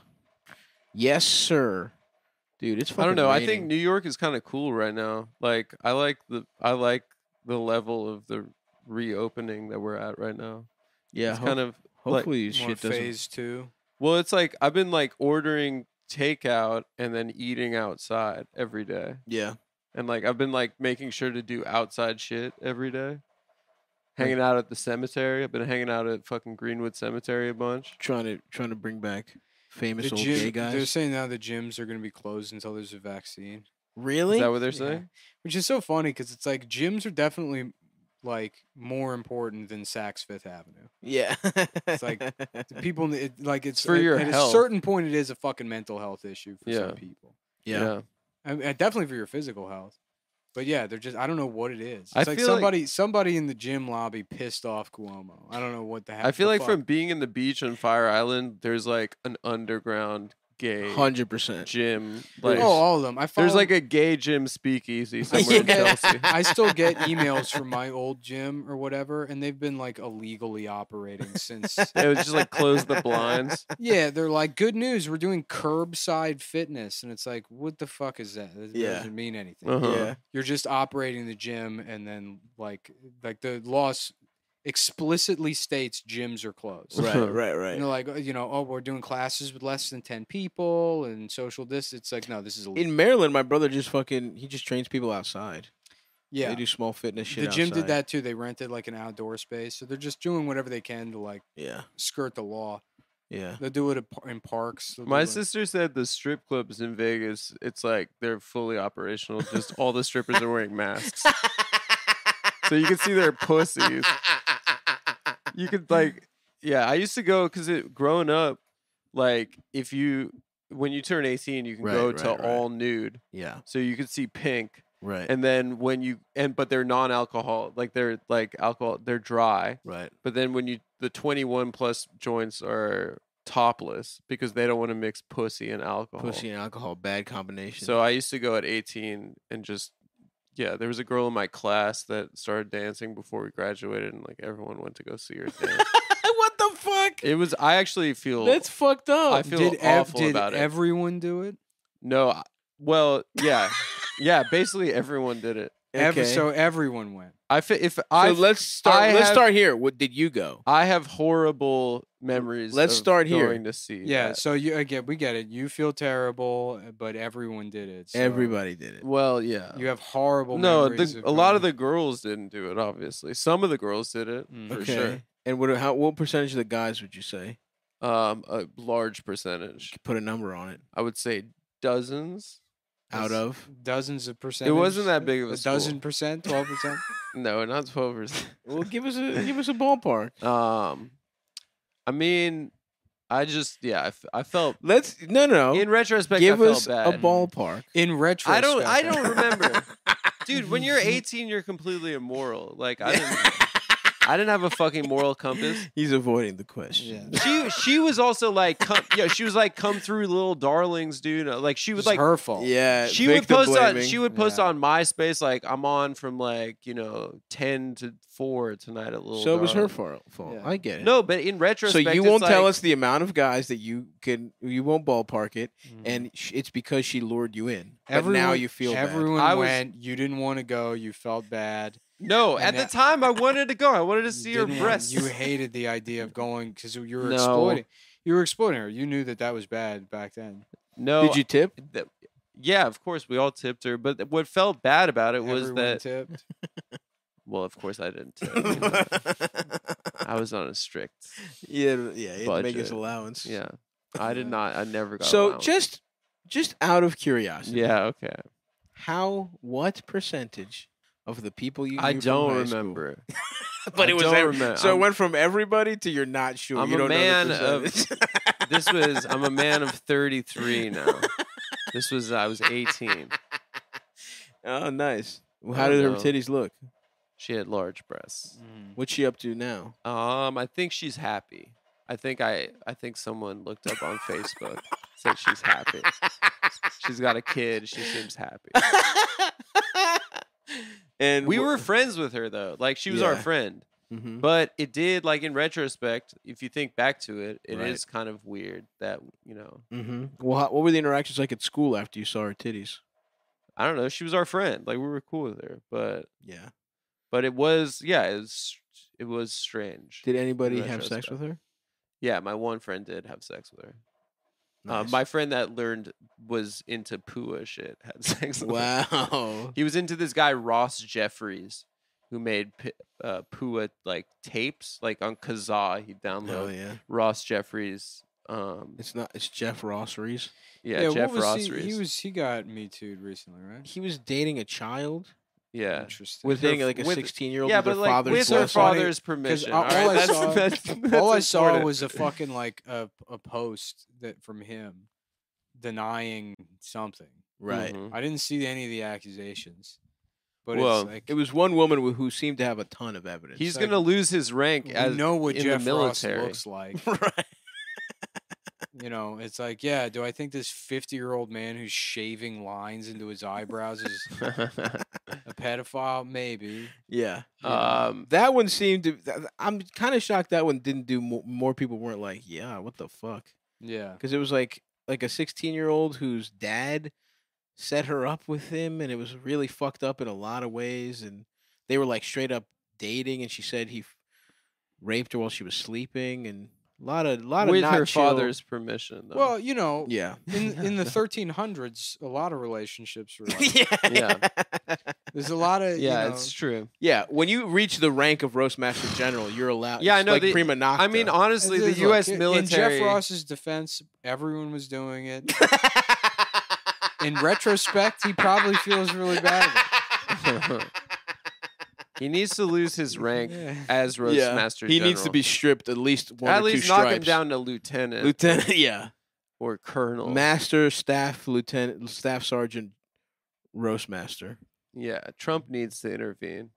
A: Yes, sir. dude. It's fucking
C: I don't know. I think
A: raining.
C: New York is kind of cool right now. Like I like the I like the level of the reopening that we're at right now.
A: yeah.
C: it's
A: ho-
C: kind of like,
A: hopefully this
B: More
A: shit doesn't.
B: phase two.
C: well, it's like I've been like ordering takeout and then eating outside every day.
A: Yeah.
C: And like I've been like making sure to do outside shit every day. Hanging out at the cemetery. I've been hanging out at fucking Greenwood Cemetery a bunch.
A: Trying to trying to bring back famous
B: The
A: old
B: gym-
A: gay
B: They're
A: guys.
B: saying now the gyms are going to be closed until there's a vaccine,
A: Really?
C: Is that what they're
B: Yeah.
C: saying?
B: which is so funny because it's like gyms are definitely like more important than Saks Fifth Avenue.
A: yeah.
B: It's like- The people in the- it, like it's
C: for
B: at-
C: your
B: at
C: health.
B: a certain point it is a fucking mental health issue for
C: Yeah.
B: some people.
A: yeah.
B: I mean, uh, definitely for your physical health. But yeah, they're just I don't know what it is. It's
C: I
B: like
C: feel like-
B: somebody somebody in the gym lobby pissed off Cuomo. I don't know what the heck.
C: I feel
B: the
C: like
B: fuck.
C: from being in the beach on Fire Island, there's like an underground gay
A: Hundred percent.
C: gym.
B: oh
C: Like
B: all of them. I
C: there's
B: follow-
C: like a gay gym speakeasy somewhere in
B: Yeah.
C: Chelsea.
B: I still get emails from my old gym or whatever, and they've been like illegally operating since.
C: It was just like close the blinds.
B: yeah, they're like, "Good news, we're doing curbside fitness," and it's like, "What the fuck is that? That
A: Yeah.
B: doesn't mean anything.
C: Uh-huh.
A: Yeah.
B: You're just operating the gym, and then like, like the law s- explicitly states gyms are closed.
A: Right. Right. Right.
B: And they're like, "Oh, you know, oh, we're doing classes with less than ten people and social distance. It's like, no, this is illegal.
A: In Maryland, my brother just fucking he just trains people outside.
B: yeah,
A: They do small fitness shit.
B: the gym
A: outside.
B: did that too. They rented like an outdoor space, so they're just doing whatever they can to like
A: Yeah.
B: skirt the law.
A: Yeah.
B: They'll do it at par- in parks. they'll do
C: My
B: it-
C: sister said the strip clubs in Vegas, it's like they're fully operational. Just all the strippers are wearing masks. So you can see their pussies. You could like yeah, I used to go cuz it growing up like if you when you turn 18 you can
A: Right,
C: go
A: right,
C: to
A: right.
C: all nude.
A: Yeah.
C: So you could see pink
A: Right.
C: and then when you and but they're non-alcohol like they're like alcohol they're dry.
A: right.
C: But then when you the 21 plus joints are topless because they don't want to mix pussy and alcohol.
A: Pussy and alcohol, bad combination.
C: So I used to go at 18 and just yeah, there was a girl in my class that started dancing before we graduated and like everyone went to go see her dance.
A: what the fuck?
C: it was I actually feel
A: That's fucked up.
C: I feel
B: did ev-
C: awful
B: did
C: about it.
B: everyone do it?
C: no, I- well, yeah. yeah, basically everyone did it.
B: Ev-
A: Okay.
B: so everyone went.
C: I fe- if
A: So
C: I
A: let's start.
C: I
A: let's
C: have-
A: start here. What did you go?
C: I have horrible memories
A: Let's
C: of
A: start here.
C: going to see
B: Yeah.
C: that.
B: So you again, we get it. You feel terrible, uh, but everyone did it. so
A: Everybody did it.
C: Well, yeah.
B: You have horrible.
C: no,
B: memories
C: the,
B: of
C: a lot of
B: going-
C: the girls didn't do it. Obviously, some of the girls did it
B: Mm.
C: for
A: Okay. And what? How? What percentage of the guys would you say?
C: sure. Um, a large percentage,
A: Put a number on it.
C: I would say dozens.
A: Out
B: That's-
A: of
B: dozens of percent.
C: wasn't that big of a school.
B: dozen percent, twelve percent.
C: No, not twelve percent.
A: well, give us a give us a ballpark.
C: Um, I mean, I just yeah, I, f- I felt
A: Let's no no.
C: in retrospect,
A: give
C: I felt
A: us
C: bad.
A: a ballpark.
B: In retrospect,
C: I don't, I don't remember, dude. When you're 18, you're completely immoral. Like I didn't, I didn't have a fucking moral compass.
A: He's avoiding the question.
C: She she was also like, come, yo, she was like, come through, little darlings, dude. Like she
B: It
C: was
B: was
C: like,
B: her fault.
A: Yeah.
C: she would post on
A: Uh, blaming.
C: she would post
B: Yeah.
C: on MySpace like I'm on from like you know ten to four tonight at little.
A: So it was her
C: Darling."
A: fault. fault.
B: Yeah.
A: I get it.
C: No, but in
A: So
C: retrospect,
A: you
C: it's
A: won't tell
C: like-
A: us the amount of guys that you can. You won't ballpark it,
C: Mm.
A: and sh- it's because she lured you in. But now you feel bad.
B: everyone
C: I was-
B: went. You didn't want to go. You felt bad.
C: No,
B: and
C: at the
B: that-
C: time I wanted to go. I wanted to
B: You
C: see her
B: didn't want-
C: breasts.
B: You hated the idea of going because you were
C: No.
B: exploiting. You were exploiting her. You knew that that was bad back then.
C: no,
A: Did you tip?
C: th- yeah, of course we all tipped her, but th- what felt bad about it was
B: Everyone
C: that
B: tipped.
C: well, of course I didn't. Tip. you know. I was on a strict.
A: yeah, yeah. He had to make his
C: Budget.
A: allowance.
C: Yeah, I did not. I never got.
A: So
C: allowance.
A: just, just out of curiosity,
C: yeah, okay.
A: How? What percentage of the people you?
C: I
A: knew from
C: don't
A: high school-
C: remember.
A: but
C: I
A: it was
C: don't
A: every-
C: remem-
A: so it
C: I'm-
A: went from everybody to you're not sure.
C: I'm
A: you
C: a
A: don't
C: man
A: know
C: of-
A: the percentage.
C: this was I'm a man of 33 now. This was I was 18.
A: oh, nice. Well,
C: I
A: how
C: don't
A: did her
C: know.
A: titties look?
C: She had large breasts.
B: Mm.
A: What's she up to now?
C: Um, I think she's happy. I think I I think someone looked up on Facebook said she's happy. She's got a kid. She seems happy.
A: and
C: We
A: wh-
C: were friends with her though. Like she was our
A: Yeah.
C: friend.
A: Mhm.
C: But it did, like in retrospect, if you think back to it, it is
A: Right.
C: kind of weird that you know.
A: Mhm. Well, how, what were the interactions like at school after you saw her titties?
C: I don't know. She was our friend. Like we were cool with her, but
A: Yeah.
C: but it was yeah, it was it was strange.
A: Did anybody have sex
C: retrospect.
A: with her?
C: Yeah, my one friend did have sex with her. Uh, my friend that learned was into pua shit had sex. with her.
A: wow.
C: He was into this guy Ross Jeffries, who made pi- uh, pua like tapes, like on Kazaa. He download
A: Oh yeah.
C: Ross Jeffries. Um,
A: It's not. It's Jeff Ross Rees.
C: yeah, Jeff
B: what was
C: Ross.
B: he,
C: Rees.
B: he was he got me too recently, right?
A: He was dating a child.
C: yeah.
B: Interesting.
A: Was
C: her
A: dating
C: f-
A: like a
C: with-
A: sixteen-year-old.
C: Yeah,
A: with
C: but
A: her
C: like
A: father's
C: with her
A: blessing?
B: funny,
C: father's permission.
B: I-
C: all right?
B: all I
C: That's-
B: saw-
C: that's- that's
B: all I saw
C: important.
B: was a fucking like a a post that from him denying something.
A: Right.
C: Mhm.
B: I didn't see any of the accusations, but
C: Well,
B: it's like
A: It was one woman who- who seemed to have a ton of evidence.
C: He's
B: like-
C: gonna lose his rank
B: we
C: as
B: know what
C: in the
B: Jeff Ross
C: military.
B: looks like.
A: right.
B: You know, it's like, yeah, do I think this fifty-year-old man who's shaving lines into his eyebrows is a pedophile? Maybe.
A: Yeah.
C: um,
A: That one seemed to. th- th- I'm kind of shocked that one didn't do more. More people weren't like, yeah, what the fuck?
B: Yeah.
A: Because it was like like a 16 year old whose dad set her up with him, and it was really fucked up in a lot of ways. And they were like straight up dating, and she said he f- raped her while she was sleeping, and a lot of lot of
C: with
A: not
C: her
A: chill- Oh,
C: father's permission. Though.
B: Well, you know,
A: Yeah.
B: in in the 1300s, a lot of relationships were. Like,
A: yeah.
C: Yeah.
B: there's a lot of.
C: yeah,
B: you know,
C: it's true.
A: Yeah, when you reach the rank of roastmaster general, you're allowed.
C: Yeah, I
A: it's
C: know
A: Like
C: the-
A: prima nocta.
C: I mean, honestly,
B: It
C: the
B: is, look,
C: U.S.
B: i-
C: military.
B: In Jeff Ross's defense, everyone was doing it. In retrospect, he probably feels really bad.
C: he needs to lose his rank
B: Yeah.
C: as roastmaster
A: Yeah,
C: master.
A: he needs to be stripped at least one
C: At
A: or
C: least
A: two
C: knock
A: stripes.
C: him down to lieutenant
A: lieutenant. Yeah,
C: or
A: Oh.
C: colonel.
A: master, staff, lieutenant, staff sergeant, roastmaster.
C: yeah, Trump needs to intervene.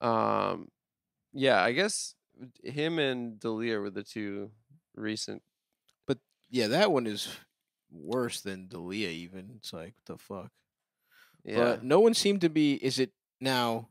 C: Um, yeah, I guess him and Delir were the two recent.
A: Yeah, that one is worse than Dalia. Even it's like what the fuck.
C: Yeah,
A: But no one seemed to be. Is it now?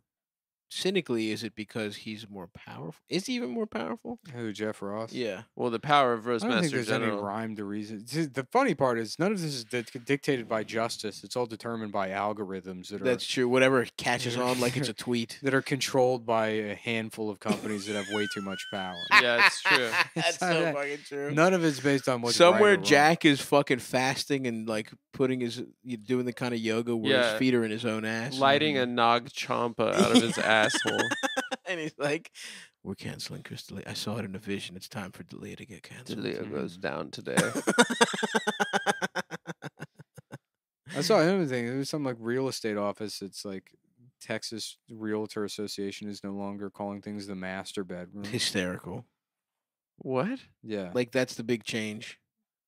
A: Cynically, is it because he's more powerful? Is he even more powerful?
B: Who Jeff Ross?
A: Yeah.
C: well, the power of
B: I don't think
C: roastmaster
B: there's any
C: general.
B: rhyme to reason. See, The funny part is none of this is dic- dictated by justice. It's all determined by algorithms that are
A: That's true. Whatever catches
B: Yeah.
A: on, like it's a tweet.
B: that are controlled by a handful of companies that have way too much power.
C: yeah, it's true.
A: That's
B: It's
A: so
B: not that-
A: fucking true.
B: None of it's based on what's right
A: Somewhere,
B: or wrong.
A: Jack is fucking fasting and like putting his you- doing the kind of yoga where
C: Yeah.
A: his feet are in his own ass.
C: Lighting a Nag Champa out of his asshole.
A: and he's like, "We're canceling Crystal. I saw it in a vision. It's time for Delia to get canceled."
C: Delir goes down today.
B: I saw another thing. There was some like real estate office. It's like Texas Realtor Association is no longer calling things the master bedroom.
A: Hysterical.
C: what?
B: Yeah.
A: Like that's the big change.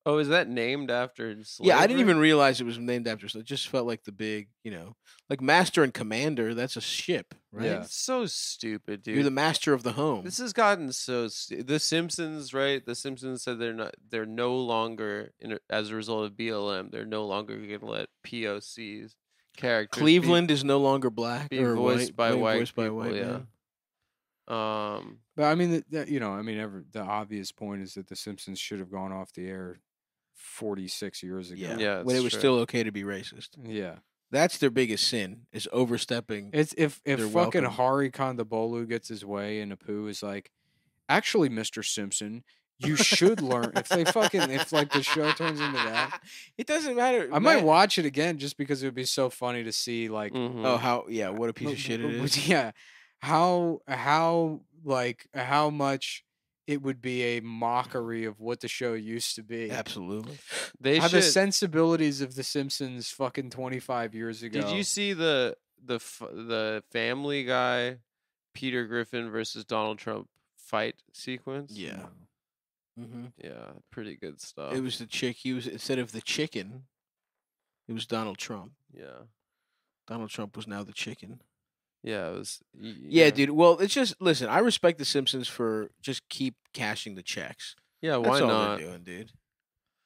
C: Oh, is that named after?
A: Yeah, I didn't
C: slavery?
A: even realize it was named after. So it just felt like the big, you know, like master and commander. That's a ship, right?
B: Yeah.
C: It's so stupid, dude.
A: You're the master of the home.
C: This has gotten so stu- the Simpsons, right? The Simpsons said they're not they're no longer in a- as a result of BLM, they're no longer going to let POCs characters be-
A: Cleveland is no longer black
C: be,
A: or
C: voiced
A: white,
C: by
A: being
C: white
A: voiced by
C: people,
A: white
C: yeah.
A: men.
C: Um
B: But I mean, that- that, you know, I mean, every, the obvious point is that The Simpsons should have gone off the air 46 years ago.
A: Yeah.
C: Yeah,
A: when
C: it's
A: it was
C: true.
A: still okay to be racist.
B: Yeah.
A: That's their biggest sin is overstepping.
B: It's if if
A: They're
B: fucking
A: welcome.
B: Hari Kondabolu gets his way and Apu is like, actually, Mr. Simpson, you should learn. If they fucking if like the show turns into that,
A: it doesn't matter.
B: I might watch it again just because it would be so funny to see like
C: mhm.
A: Oh, how? Yeah, what a piece of
B: w-
A: shit it
B: w-
A: is.
B: Yeah. How how like how much it would be a mockery of what the show used to be.
A: Absolutely.
C: they
B: How
C: should
B: the sensibilities of the Simpsons fucking 25 years ago.
C: Did you see the the f- the Family Guy Peter Griffin versus Donald Trump fight sequence?
A: Yeah. hmm
C: Yeah, pretty good stuff.
A: It was the chick. He was instead of the chicken, it was Donald Trump.
C: Yeah.
A: Donald Trump was now the chicken.
C: Yeah, it was y-
A: Yeah, dude. Well, it's just listen. I respect the Simpsons for just keep cashing the checks.
C: Yeah,
A: That's
C: why
A: all
C: not?
A: they're doing, dude.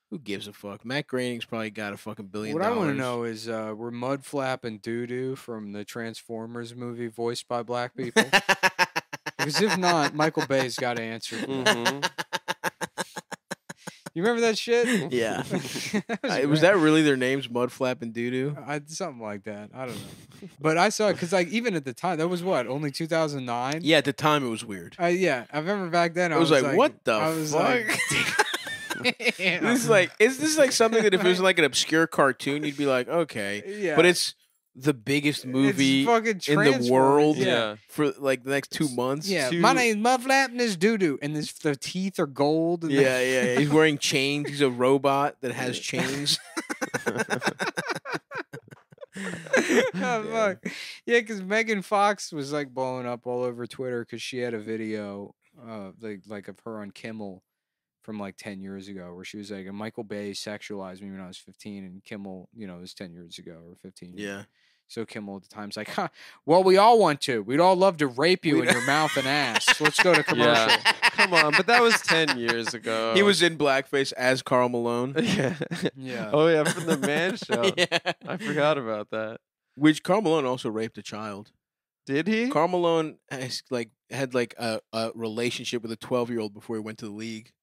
A: Who gives a fuck? Matt Groening's probably got a fucking billion.
B: What I
A: want
B: want to know is uh, were Mudflap and Doo Doo from the Transformers movie voiced by black people? Because if not, Michael Bay's got to answer. for
A: Mm.
B: that.
C: Mhm.
B: You remember that shit?
A: Yeah.
B: That
A: Uh, was
B: great.
A: that really their names, Mudflap and Doodoo?
B: I, something like that. I don't know. But I saw it because, like, even at the time, that was what only 2009.
A: Yeah, at the time it was weird.
B: Uh, yeah, I remember back then.
A: I
B: I
A: was, like, what the
B: I was
A: fuck?
B: like,
A: this is like, is this like something that if it was like an obscure cartoon, you'd be like, okay.
B: yeah,
A: But it's the biggest movie
B: fucking
A: in the
B: Transformers,
A: world.
B: Yeah,
C: Yeah.
A: for like the next two months.
B: yeah. my
C: Two-
B: name's Mudflap and it's doo doo, and this, the teeth are gold. And
A: Yeah, yeah, yeah. He's wearing chains. He's a robot that has
C: Yeah.
A: chains.
B: oh,
A: Yeah.
B: fuck. Yeah, because Megan Fox was like blowing up all over Twitter because she had a video, uh, like like of her on Kimmel from like ten years ago, where she was like, "Michael Bay sexualized me when I was 15, and Kimmel, you know, it was ten years ago or 15. years
A: Yeah.
B: So Kimmel at the time's like, huh, well, we all want to. We'd all love to rape you in your mouth and ass. Let's go to commercial.
C: Yeah. Come on, but that was 10 years ago.
A: He was in blackface as Carl Malone.
C: Yeah.
B: Yeah.
C: Oh, yeah, from the man show.
A: yeah.
C: I forgot about that.
A: Which Carl Malone also raped a child.
C: Did he?
B: Mm-hmm.
A: Carl Malone has like had like a, a relationship with a twelve year old before he went to the league.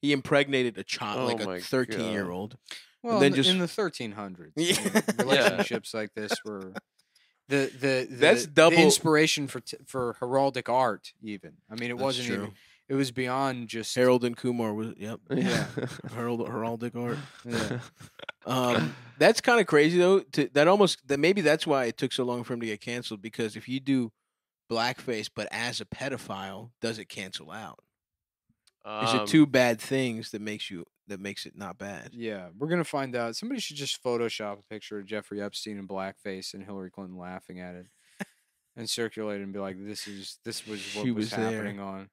A: He impregnated a child,
C: Oh
A: like
C: my
A: a thirteen year old.
B: Well,
A: then
B: in, the- in
A: just-
B: the 1300s,
A: Yeah.
B: you know,
A: Yeah.
B: relationships like this were the the, the
A: That's
B: the
A: double-
B: inspiration for t- for heraldic art. Even I mean, it
A: That's
B: wasn't even
A: true.
B: it was beyond just
A: Harold and Kumar was yep.
B: Yeah.
A: Harold Heraldic art.
B: Yeah.
A: Um, that's kind of crazy though. To, that almost that maybe that's why it took so long for him to get canceled because if you do blackface but as a pedophile, does it cancel out? Is
C: Um,
A: it two bad things that makes you that makes it not bad?
B: Yeah, we're gonna find out. Somebody should just Photoshop a picture of Jeffrey Epstein in blackface and Hillary Clinton laughing at it, and circulate it and be like, "This is this was what
A: She
B: was,
A: was there.
B: happening on."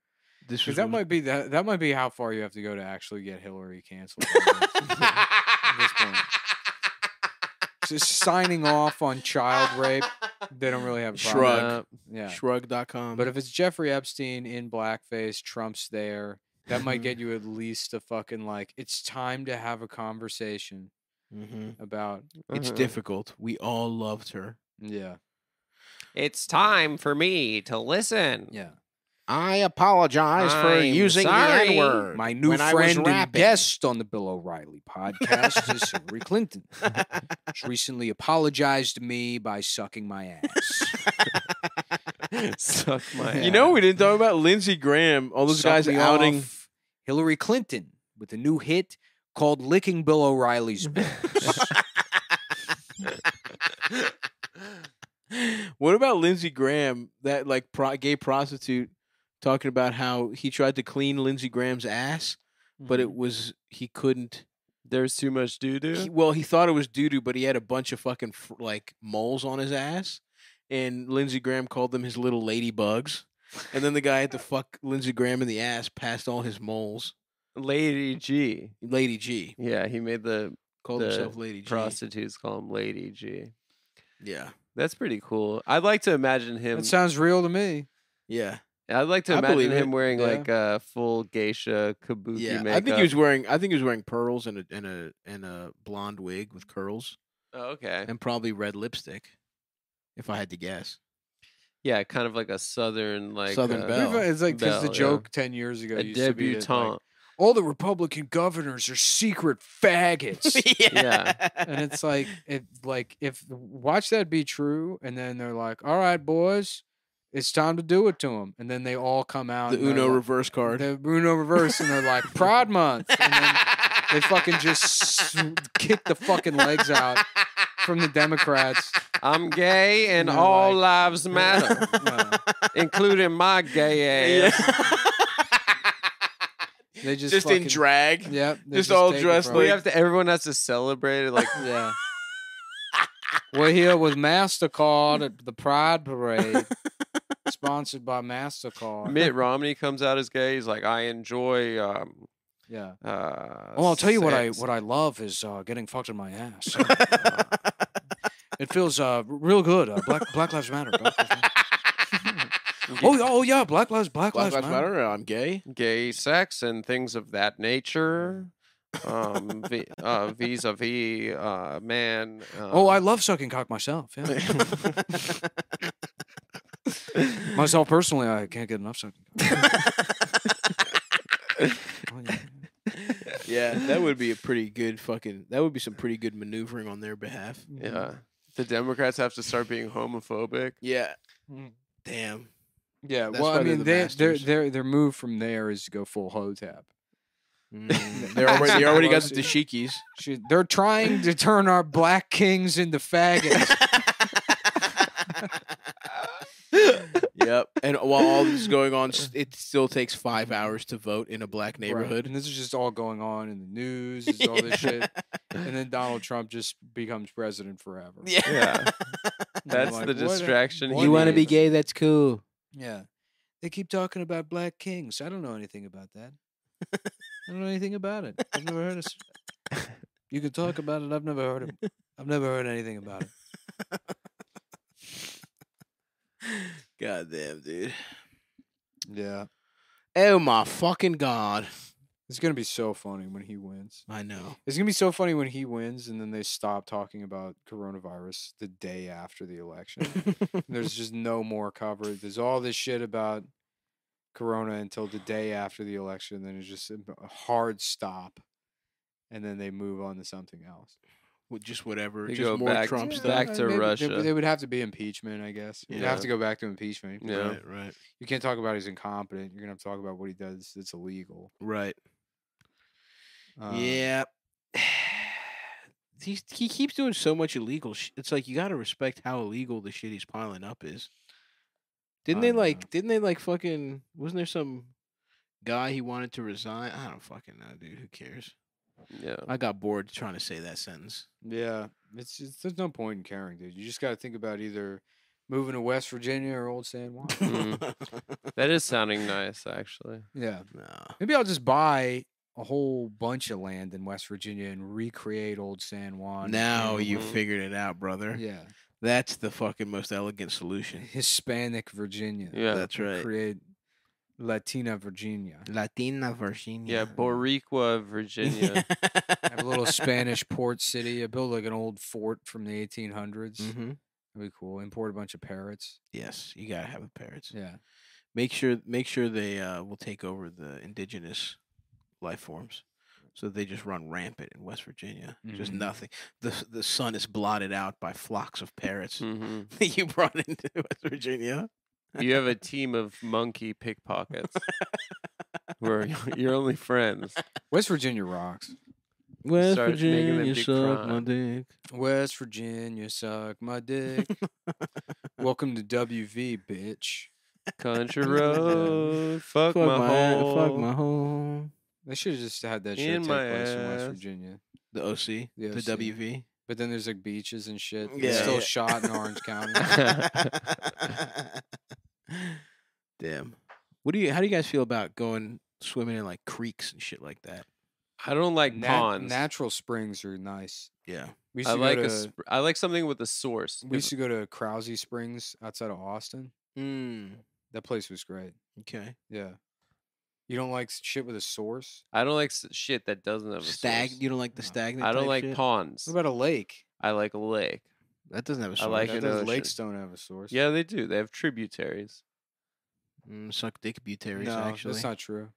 A: This
B: Because
A: was
B: that
A: what-
B: might be that that might be how far you have to go to actually get Hillary canceled. I
C: Um,
B: guess. this point. just signing off on child rape, they don't really have a problem.
A: Shrug.
C: uh,
B: Yeah.
A: shrug.com.
B: But if it's Jeffrey Epstein in blackface, Trump's there, that
A: Mm-hmm.
B: might get you at least a fucking like, it's time to have a conversation
A: hmm
B: about,
A: it's
C: uh-huh.
A: difficult. We all loved her.
B: yeah.
C: It's time for me to listen.
B: Yeah.
A: I apologize for
C: I'm
A: using
C: sorry.
A: the N word.
B: My new
A: when I was
B: friend and
A: rapping.
B: guest on the Bill O'Reilly podcast is Hillary Clinton. She recently apologized to me by sucking my ass.
C: Suck my
B: Yeah.
A: You know, we didn't talk about Lindsey Graham. All those
B: Suck
A: guys
B: me
A: outing.
B: off Hillary Clinton with a new hit called "Licking Bill O'Reilly's Balls."
A: What about Lindsey Graham, that like pro- gay prostitute, talking about how he tried to clean Lindsey Graham's ass, but it was he couldn't.
C: There's too much doo
A: he-
C: doo.
A: well, he thought it was doo doo, but he had a bunch of fucking fr- like moles on his ass, and Lindsey Graham called them his little ladybugs. And then the guy had to fuck Lindsey Graham in the ass past all his moles.
C: Lady G.
A: Lady G
C: Yeah, he made the
A: called
C: The
A: himself Lady G.
C: prostitutes call him Lady G.
A: Yeah,
C: That's pretty cool. I'd like to imagine him.
B: that sounds real to me.
A: yeah,
C: I'd like to
A: I believe
C: imagine him
A: it,
C: wearing
B: yeah.
C: like a full geisha kabuki
A: yeah.
C: makeup.
A: I think he was wearing. I think he was wearing pearls and a and a and a blonde wig with curls
C: Oh, okay.
A: and probably red lipstick. If I had to guess,
C: Yeah, kind of like a southern, like
A: Southern
C: uh,
A: belle.
B: We've- It's like because the
C: Bell, yeah.
B: joke ten years ago
C: a
B: used to be that, like,
C: debutante.
B: all the Republican governors are secret faggots.
C: Yeah.
B: And it's like it like if watch that be true, and then they're like, "All right, boys, it's time to do it to them," and then they all come out.
A: the
B: and they're
A: Uno
B: like-
A: reverse card.
B: the Uno reverse, and they're like, "Pride Month," and then they fucking just s- kick the fucking legs out from the Democrats.
C: I'm gay, and
B: They're
C: all
B: like-
C: lives matter,
B: Yeah, well,
C: including my gay ass.
B: they just
A: just in
B: fucking-
A: drag.
B: Yep, they
A: just all
B: take it
A: dressed
B: from
C: We
A: like-
B: them.
C: have to. Everyone has to celebrate it. Like,
B: yeah. We're here with Mastercard at the Pride Parade, sponsored by Mastercard.
C: Mitt Romney comes out as gay. He's like, I enjoy. Um,
B: yeah.
C: uh,
B: Well, I'll tell you what I
C: sex."
B: what I love is uh, getting fucked in my ass. it feels uh, real good. Uh, black Black Lives Matter. Black Lives Matter. oh, yeah, oh yeah, Black Lives Black,
A: Black Lives Matter. I'm gay.
C: gay sex and things of that nature. Um, vi- uh, vis-a-vis uh, man.
B: Oh, I
C: um,
B: love sucking cock myself. Yeah. Myself personally, I can't get enough sucking. Oh, yeah.
A: yeah, that would be a pretty good fucking. That would be some pretty good maneuvering on their behalf.
C: Yeah. Mm. The Democrats have to start being homophobic.
A: Yeah.
B: Mm.
A: Damn.
B: Yeah,
A: That's
B: well,
A: why they're
B: I mean,
A: the
B: they, their
A: masters.
B: their their move from there is to go full hoe tap.
A: Mm, they're already they already got the dashikis.
B: She, they're trying to turn our black kings into faggots.
A: yep. And while all this is going on, s- it still takes five hours to vote in a black
B: Right,
A: neighborhood.
B: and this is just all going on in the news. Is all this shit, and then Donald Trump just becomes president forever.
A: Yeah.
C: Yeah.
B: And you're
C: That's
B: like,
C: the
B: "What a-
C: distraction.
B: what
C: he
B: You wanna be
C: needs.
A: gay? That's cool.
B: Yeah, they keep talking about black kings. I don't know anything about that. I don't know anything about it. I've never heard of. s- You can talk about it. I've never heard of. I've never heard anything about it.
A: God damn, dude.
B: Yeah,
A: Oh my fucking god.
B: it's gonna be so funny when he wins.
A: I know.
B: It's gonna be so funny when he wins, and then they stop talking about coronavirus the day after the election. There's just no more coverage. There's all this shit about corona until the day after the election. Then it's just a b- a hard stop, and then they move on to something else.
A: With just whatever.
C: They go
A: just more
C: back-
A: Trump
C: yeah,
A: stuff.
C: back- to
B: they-
C: Russia.
B: They, would have to be impeachment, I guess. You'd have
C: Yeah.
B: to go back to impeachment.
C: Yeah.
A: Right, right.
B: You can't talk about he's incompetent. You're gonna have to talk about what he does that's illegal.
A: Right.
B: Uh,
C: Um
A: yeah. He's, he keeps doing so much illegal sh- It's like you got to respect how illegal the shit he's piling up is. Didn't
B: I
A: they
B: don't know.
A: like didn't they like fucking wasn't there some guy he wanted to resign? I don't fucking know, dude. Who cares?
C: Yeah.
A: I got bored trying to say that sentence.
B: Yeah, it's just, there's no point in caring, dude. You just got to think about either moving to West Virginia or Old San Juan.
A: Mm.
C: Mm-hmm. That is sounding nice, actually.
B: yeah,
A: Nah.
B: maybe I'll just buy a whole bunch of land in West Virginia and recreate Old San Juan.
A: Now you
C: Mhm.
A: figured it out, brother.
B: yeah,
A: That's the fucking most elegant solution.
B: Hispanic Virginia.
C: Yeah.
A: That's right.
B: create Latina Virginia.
A: Latina Virginia.
C: Yeah. Boricua, Virginia.
B: Have a little Spanish port city. I build like an old fort from the 1800s.
C: Mm-hmm.
A: hmm
B: That'd be cool. Import a bunch of parrots.
A: Yes, you gotta have the parrots.
B: Yeah.
A: Make sure make sure they uh, will take over the indigenous life forms. So they just run rampant in West Virginia. Just
C: Mm-hmm.
B: Mhm.
A: nothing. The s- the sun is blotted out by flocks of parrots
C: hmm
A: that you brought into West Virginia.
C: You have a team of monkey pickpockets who are your only friends.
B: West Virginia rocks.
A: West
C: Start making them
A: Virginia
C: big
A: suck my
C: crime.
A: dick.
B: West Virginia, suck my dick. Welcome to WV, bitch.
C: Country road, fuck,
A: Fuck
C: my,
A: my a-
C: hole.
A: fuck my home.
B: They should have just had that shit
C: In
B: take
C: my
B: place in West
C: ass.
B: Virginia.
A: The OC,
B: The
A: the,
B: OC.
A: WV.
B: But then there's like beaches and shit. Yeah,
A: Yeah,
B: still
A: yeah.
B: shot in Orange County.
A: Damn. What do you? How do you guys feel about going swimming in like creeks and shit like that?
C: I don't like
B: Nat-
C: ponds.
B: Natural springs are nice.
A: Yeah.
B: We used
C: I
B: to
C: like
B: go
C: a
B: to,
C: sp- I like something with a source.
B: we
C: If-
B: used to go to Krause Springs outside of Austin.
A: Mm.
B: That place was great.
A: Okay.
B: Yeah. You don't like s- shit with a source?
C: I don't like s- shit that doesn't have a
A: Stag.
C: source.
A: You don't like the
B: No.
A: stagnant.
C: I don't
A: type
C: like
A: shit?
C: ponds.
B: What about a lake?
C: I like a lake.
A: That doesn't have a source.
C: like
B: That-
C: an
B: those
C: ocean.
B: lakes don't have a source.
C: Yeah, they do. They have tributaries.
A: Mm, suck dick butaries
B: no,
A: actually.
B: that's not true.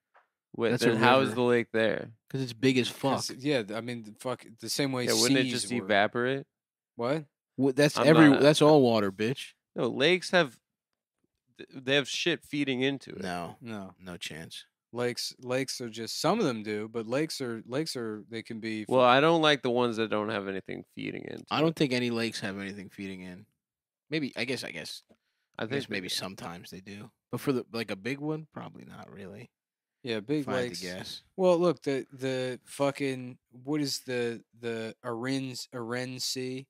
C: Wait,
A: That's a
C: then how is
A: river.
C: the lake there?
A: Because it's big as fuck.
B: 'Cause- Yeah, th- I mean, th- fuck, the same way
C: Yeah, wouldn't it
B: seas
C: just
B: were.
C: evaporate?
B: What?
A: Wha- That's
C: I'm
A: every.
C: not a-
A: that's all water, bitch.
C: No, lakes have th- they have shit feeding into it.
A: No.
B: No,
A: No chance.
B: lakes. Lakes are just some of them do, but lakes are lakes are they can be.
C: Well, I don't like the ones that don't have anything feeding into.
A: I
C: it.
A: don't think any lakes have anything feeding in. Maybe. I guess. I guess.
C: I
A: I
C: think
A: guess
C: they
A: maybe
C: do.
A: sometimes they do. But for the like a big one, probably not really.
B: yeah, big
A: If I had to
B: lakes.
A: guess.
B: Well, look the the fucking what is the the Aren's Aren Sea?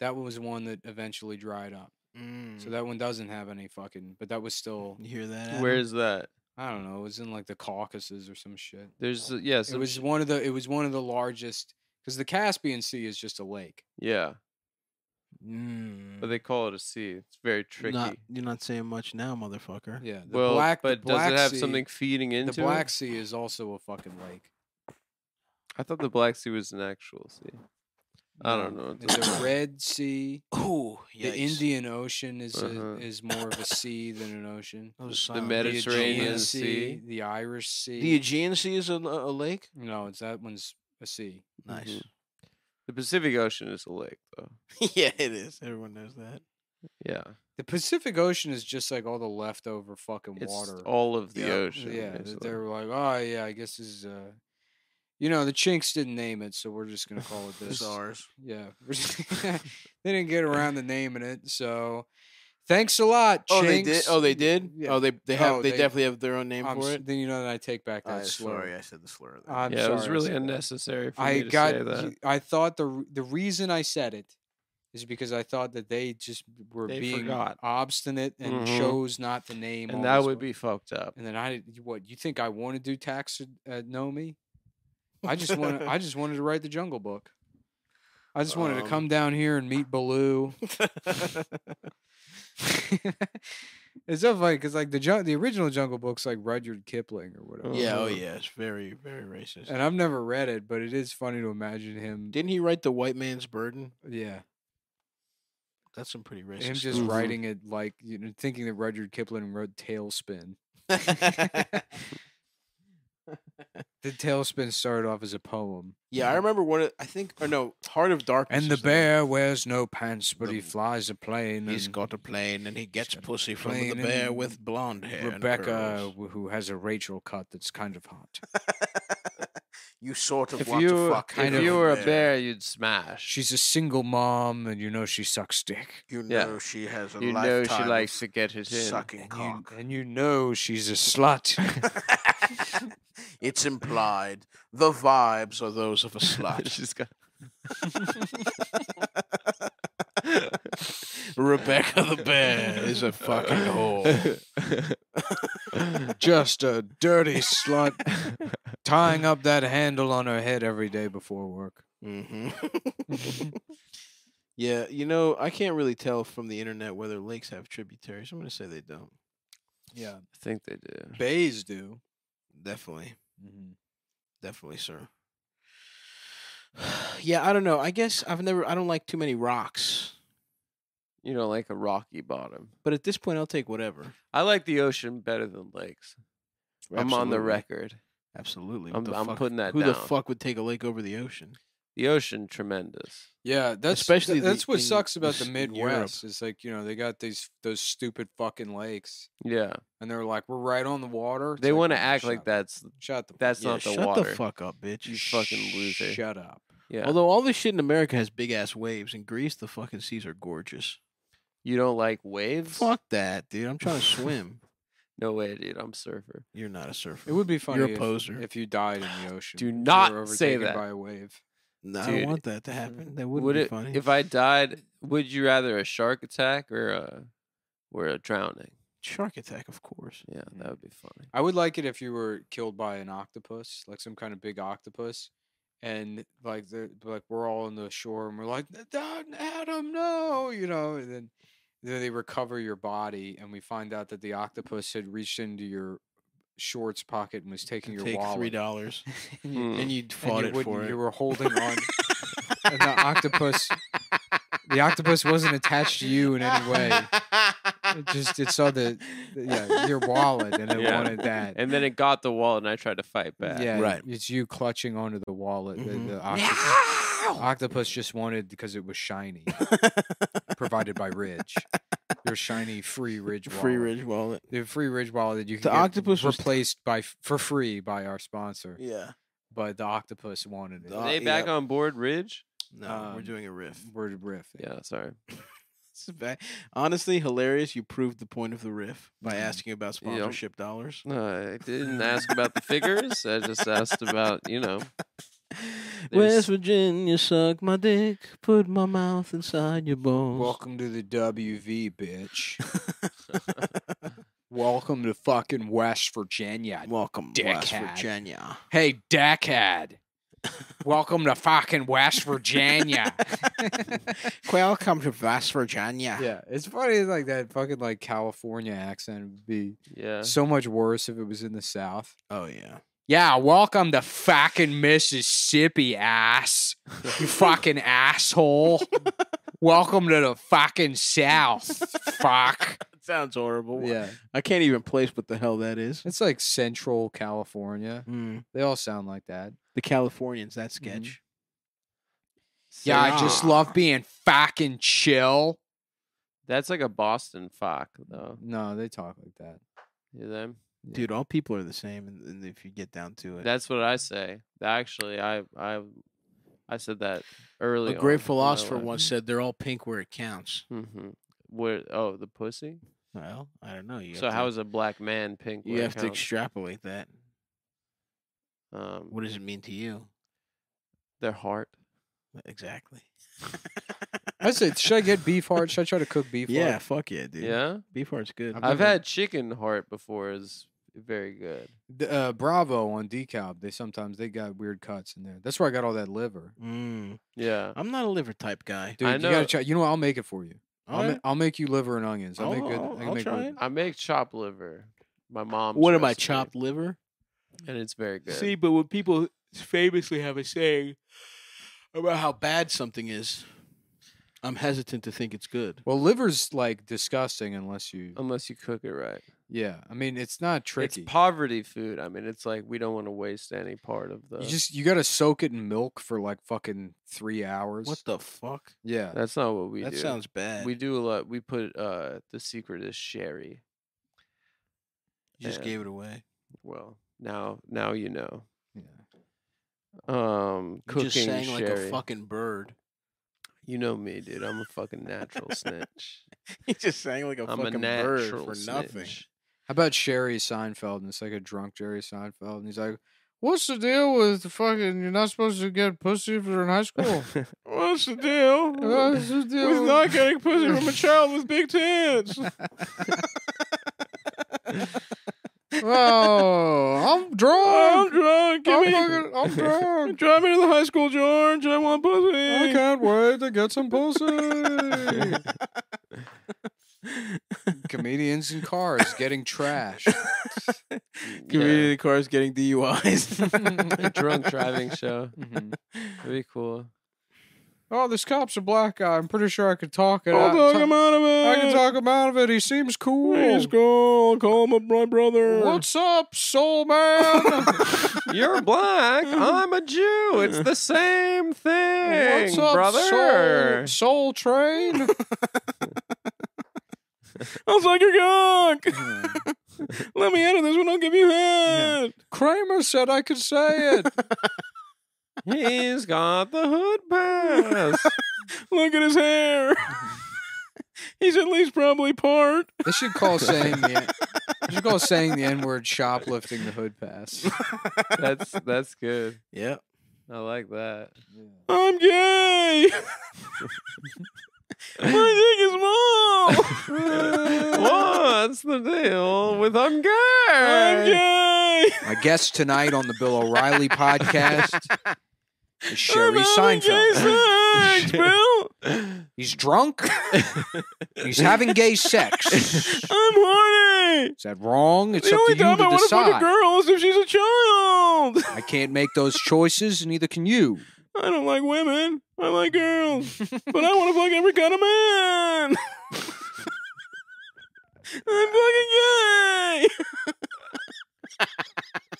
B: That was one that eventually dried up.
A: Mm.
B: So
C: Mm.
B: that one doesn't have any fucking. But that was still
A: you hear that? Adam?
C: Where's that?
B: I don't know. It was in like the Caucasus or some shit.
C: There's uh, yeah,
B: it
C: some
B: was
C: sh-
B: one of the it was one of the largest because the Caspian Sea is just a lake.
C: yeah,
A: Mm.
C: but they call it a sea. It's very tricky.
A: Not, you're not saying much now, motherfucker.
B: Yeah, the
C: well,
B: black
C: but
B: the black
C: does it have
B: sea,
C: something feeding into
B: The Black
C: it?
B: Sea is also a fucking lake.
C: I thought the Black Sea was an actual sea. I don't know what to
B: Um, The
C: say.
B: Red Sea,
A: Ooh,
B: the Indian Ocean is
C: Uh-huh.
B: a, is more of a sea than an ocean.
C: the
B: The
C: Mediterranean
B: Aegean
C: Sea.
B: the Irish Sea.
A: The Aegean Sea is a, a a lake.
B: no, it's that one's a sea.
A: Nice.
C: Mhm.
B: Mm-hmm.
C: The Pacific Ocean is a lake, though.
A: yeah, it is. Everyone knows that.
C: Yeah,
B: The Pacific Ocean is just like all the leftover fucking
C: it's
B: water.
C: all of the
A: Yep.
C: ocean.
B: yeah, that
C: basically.
B: they were like, oh yeah, I guess this is. Uh, you know, the Chinks didn't name it, so we're just gonna call it this.
A: It's ours.
B: Yeah, we're just- they didn't get around to naming it, so thanks a lot, Chinks.
A: Oh, they did. Oh, they did.
B: Yeah.
A: Oh, they they have.
B: Oh,
A: they,
B: they-
A: definitely have their own name
B: I'm
A: for
B: s-
A: it.
B: Then you know that I take back that
A: I'm
B: slur.
A: sorry, I said the slur. there.
B: I'm
C: yeah, it was
B: sorry I
C: really
B: said that.
C: unnecessary for
B: I
C: me to say
B: got.
C: that.
B: I thought the r- the reason I said it is because I thought that they just were
C: They
B: being
C: forgot.
B: obstinate and
C: Mhm.
B: chose not to name. all
C: And that
B: these
C: would
B: wa-
C: be fucked up.
B: And then I did- you- what you think I want to do tax uh, know me? I just want. I just wanted to write the Jungle Book. I just wanted
A: Um,
B: to come down here and meet Baloo. it's so funny because like the jun- the original Jungle Book's like Rudyard Kipling or whatever.
A: yeah. Oh
C: Uh-huh.
A: yeah. It's very very racist.
B: And I've never read it, but it is funny to imagine him.
A: Didn't he write the White Man's Burden?
B: Yeah.
A: That's some pretty racist.
B: Him just
A: stuff.
C: Mhm.
B: writing it like you know, thinking that Rudyard Kipling wrote Tailspin. The Tailspin started off as a poem.
C: Mm-hmm.
A: yeah, I remember one. of- I think or no, Heart of Darkness.
B: And the
A: is one.
B: bear wears no pants, but he
A: The-
B: flies a plane.
A: He's
B: and
A: got a plane and he gets
B: got a
A: pussy from the
B: plane
A: bear
B: and
A: with blonde hair. and
B: Rebecca,
A: curls.
B: w- who has a Rachel cut that's kind of hot.
A: you sort of
C: If
A: want
C: you
A: to fuck.
B: kind
C: if
A: him,
B: of
C: you
B: a
C: were a bear, you'd smash.
B: She's a single mom, and you know she sucks dick.
A: you know
C: yeah.
A: she has a
C: you know
A: lifetime
C: she
A: of
C: likes to get it in.
A: sucking
B: And you,
A: cock.
B: and you know she's a slut.
A: it's implied. The vibes are those of a slut.
C: She's got
A: Rebecca the bear is a fucking whore.
B: Just a dirty slut tying up that handle on her head every day before work.
A: hmm Mm-hmm. yeah, you know, I can't really tell from the internet whether lakes have tributaries. I'm gonna say they don't.
B: Yeah.
C: I think they do.
B: Bays do.
A: Definitely,
B: Mm-hmm.
A: definitely, sir. yeah, I don't know. I guess I've never. I don't like too many rocks.
C: You know, like a rocky bottom.
A: But at this point, I'll take whatever.
C: I like the ocean better than lakes. I'm on the
A: Absolutely.
C: record.
A: Absolutely.
C: I'm-
A: What the
C: I'm
A: fuck-
C: putting that
A: Who the
C: down.
A: fuck would take a lake over the ocean?
C: The ocean, tremendous.
B: Yeah, that's
A: Especially
B: especially
A: the-
B: that's what
A: in-
B: sucks about the
A: in Europe.
B: Midwest. It's like you know they got these those stupid fucking lakes,
C: Yeah,
B: and they're like we're right on the water. It's
C: they
B: like,
C: want to
B: "No,
C: act
B: shut
C: like
B: up.
C: that's
B: Shut the
C: that's
A: Yeah,
C: not the
A: shut
C: water.
A: the fuck up, bitch.
C: You fucking loser.
B: Shut up.
C: Yeah,
A: Although all this shit in America has big ass waves, in Greece the fucking seas are gorgeous.
C: you don't like waves.
A: Fuck that, dude. I'm trying to swim.
C: No way, dude. I'm a surfer.
A: You're not a surfer.
B: It would be funny
A: You're a
B: if,
A: poser.
B: if you died in the ocean.
C: Do
B: if you were
C: not say
B: overtaken
C: that.
B: by a wave.
A: No, I don't
C: Dude, Mm-hmm.
A: want that to happen. That wouldn't
C: would
A: be
C: it
A: funny.
C: if I died? Would you rather a shark attack or a or a drowning?
A: shark attack, of course.
C: Yeah,
B: Mm.
C: that would be funny.
B: I would like it if you were killed by an octopus, like some kind of big octopus, and like the like we're all on the shore and we're like, "No, Adam, no, you know, and then then they recover your body and we find out that the octopus had reached into your shorts pocket and was taking your
A: Take
B: wallet.
A: three dollars,
B: and
C: Hmm.
B: you,
A: and you
B: and
A: fought
B: you
A: it
B: wouldn't-
A: for
B: you
A: it.
B: were holding on. and the octopus, the octopus wasn't attached to you in any way. It just it saw the, the- yeah your wallet and it
C: Yeah.
B: wanted that.
C: And then it got the wall, and I tried to fight back.
B: Yeah,
A: Right.
B: It's you clutching onto the wallet. the-
A: Mhm.
B: The, octopus, octopus just wanted because it was shiny, provided by Ridge. Your shiny free Ridge wallet.
A: Free Ridge wallet.
B: The free Ridge wallet that you
A: The
B: can get
A: octopus was-
B: replaced by f- for free by our sponsor,
A: Yeah.
B: but the octopus wanted it.
A: The
C: Are they
A: Uh,
C: back
A: yeah.
C: on board, Ridge?
A: No, we're
B: Um,
A: doing a riff.
B: Word of riff.
C: Yeah, sorry.
A: This is ba- Honestly, hilarious. You proved the point of the riff by
B: Mhm.
A: asking about
C: Yep.
A: sponsorship dollars.
C: No, Uh, I didn't ask about the figures. I just asked about you know.
A: West
C: There's-
A: Virginia, suck my dick, put my mouth inside your bones.
B: Welcome to the WV, bitch. Welcome to fucking West Virginia.
A: Welcome, West
B: dickhead.
A: Virginia.
B: Hey, deckhead. Welcome to fucking West Virginia.
A: Welcome to West Virginia.
B: Yeah, it's funny like that fucking like California accent would be
C: Yeah.
B: so much worse if it was in the South.
A: Oh yeah.
B: Yeah, welcome to fucking Mississippi, ass. You fucking asshole. welcome to the fucking South. Fuck.
A: sounds horrible. I can't even place what the hell that is.
B: It's like Central California.
A: Mm.
B: They all sound like that.
A: The Californians, that
B: Mm-hmm.
A: sketch.
B: Yeah, I just love being fucking chill.
C: That's like a Boston fuck, though.
B: No, they talk like that.
C: You know?
A: Dude, all people are the same, and, and if you get down to it,
C: That's what I say. Actually, I I I said that early.
A: a great philosopher once said they're all pink where it counts.
C: Mm-hmm. Where? Oh, the pussy.
A: Well, I don't know. You
C: so
A: have
C: how
A: to,
C: is a black man pink?
A: you
C: when it
A: have to
C: counts?
A: extrapolate that?
C: um,
A: What does it mean to you?
C: their heart?
A: Exactly.
B: I said, should I get beef heart? Should I try to cook beef
A: yeah,
B: heart?
A: fuck yeah, dude.
C: Yeah,
A: beef heart's good.
B: I've
C: I've
B: never-
C: had chicken heart before. Is very good.
B: The, uh, Bravo on decal. They sometimes they got weird cuts in there. That's where I got all that liver.
A: Mm.
C: Yeah.
A: I'm not a liver type guy.
B: Dude,
C: I
B: you gotta
C: know-
B: try. You know what? I'll make it for you. I'll, ma-
A: Alright.
B: I'll make you liver and onions. I'll, make
A: I'll-
B: good.
A: I'll-
B: I can
A: I'll
B: make
A: try
B: good-
A: it.
C: I make chopped liver. My mom.
A: what am I, chopped liver?
C: And it's very good.
A: See, but when people famously have a saying about how bad something is, I'm hesitant to think it's good.
B: Well, liver's like disgusting unless you.
C: Unless you cook it right.
B: Yeah, I mean it's not tricky.
C: Um, It's poverty food. I mean, it's like we don't want to waste any part of the.
B: you just you gotta soak it in milk for like fucking three hours.
A: What the fuck?
B: Yeah.
C: that's not what we
A: that
C: do.
A: sounds bad.
C: we
A: We
C: do a lot. We put uh the secret is sherry.
A: just
C: yeah.
A: gave it away.
C: Well, now now you know.
B: yeah.
C: Um,
A: You
C: cooking
A: just sang like
C: sherry.
A: a fucking bird.
C: You know me, dude. I'm a fucking natural snitch.
A: He just sang like a
C: I'm a
A: fucking bird
C: natural
A: for
C: snitch.
A: nothing.
B: How about Sherry Seinfeld? And it's like a drunk Jerry Seinfeld, and he's like, "What's the deal with the fucking? You're not supposed to get pussy if you're in high school.
A: What's the deal?
B: What's the deal? with-
A: getting pussy from a child with big tits.
B: oh, I'm drunk.
A: drunk.
B: I'm, fucking, I'm drunk.
A: Drive me to the high school, George. I want pussy.
B: I can't wait to get some pussy. Comedians in cars getting trash.
A: Community cars getting DUIs.
C: Yeah. Drunk driving show.
B: Mhm.
C: That'd be cool.
B: Oh, this cop's a black guy. I'm pretty sure I could talk it. out. Ta-
A: out of
B: I can talk him out of it. He seems cool.
A: go. I'll call my, my brother.
B: What's up, soul man?
C: You're black. I'm a Jew. It's the same thing,
B: What's up, soul,
C: brother.
B: soul train?
A: I was like, you're gunk. Let me enter this one. I'll give you head.
B: Kramer said I could say it.
C: He's got the hood pass.
A: Look at his hair. He's at least probably part.
B: They should call saying the. They should call saying the n word shoplifting the hood pass.
C: that's that's good.
A: Yeah.
C: I like that.
A: I'm gay. My dick is small.
C: What's the deal with I'm gay?
A: I'm gay.
B: My guest tonight on the Bill O'Reilly podcast is Sherry
A: I'm having gay
B: Seinfeld.
A: sex, Bill.
B: He's drunk. He's having gay sex. Is
A: I'm horny.
B: that wrong? It's
A: the
B: up
A: only
B: to you
A: time I
B: to
A: want to fuck a
B: decide.
A: girl is if she's a child.
B: I can't make those choices, and neither can you.
A: I don't like women. I like girls. but I want to fuck every kind of man. I'm fucking gay.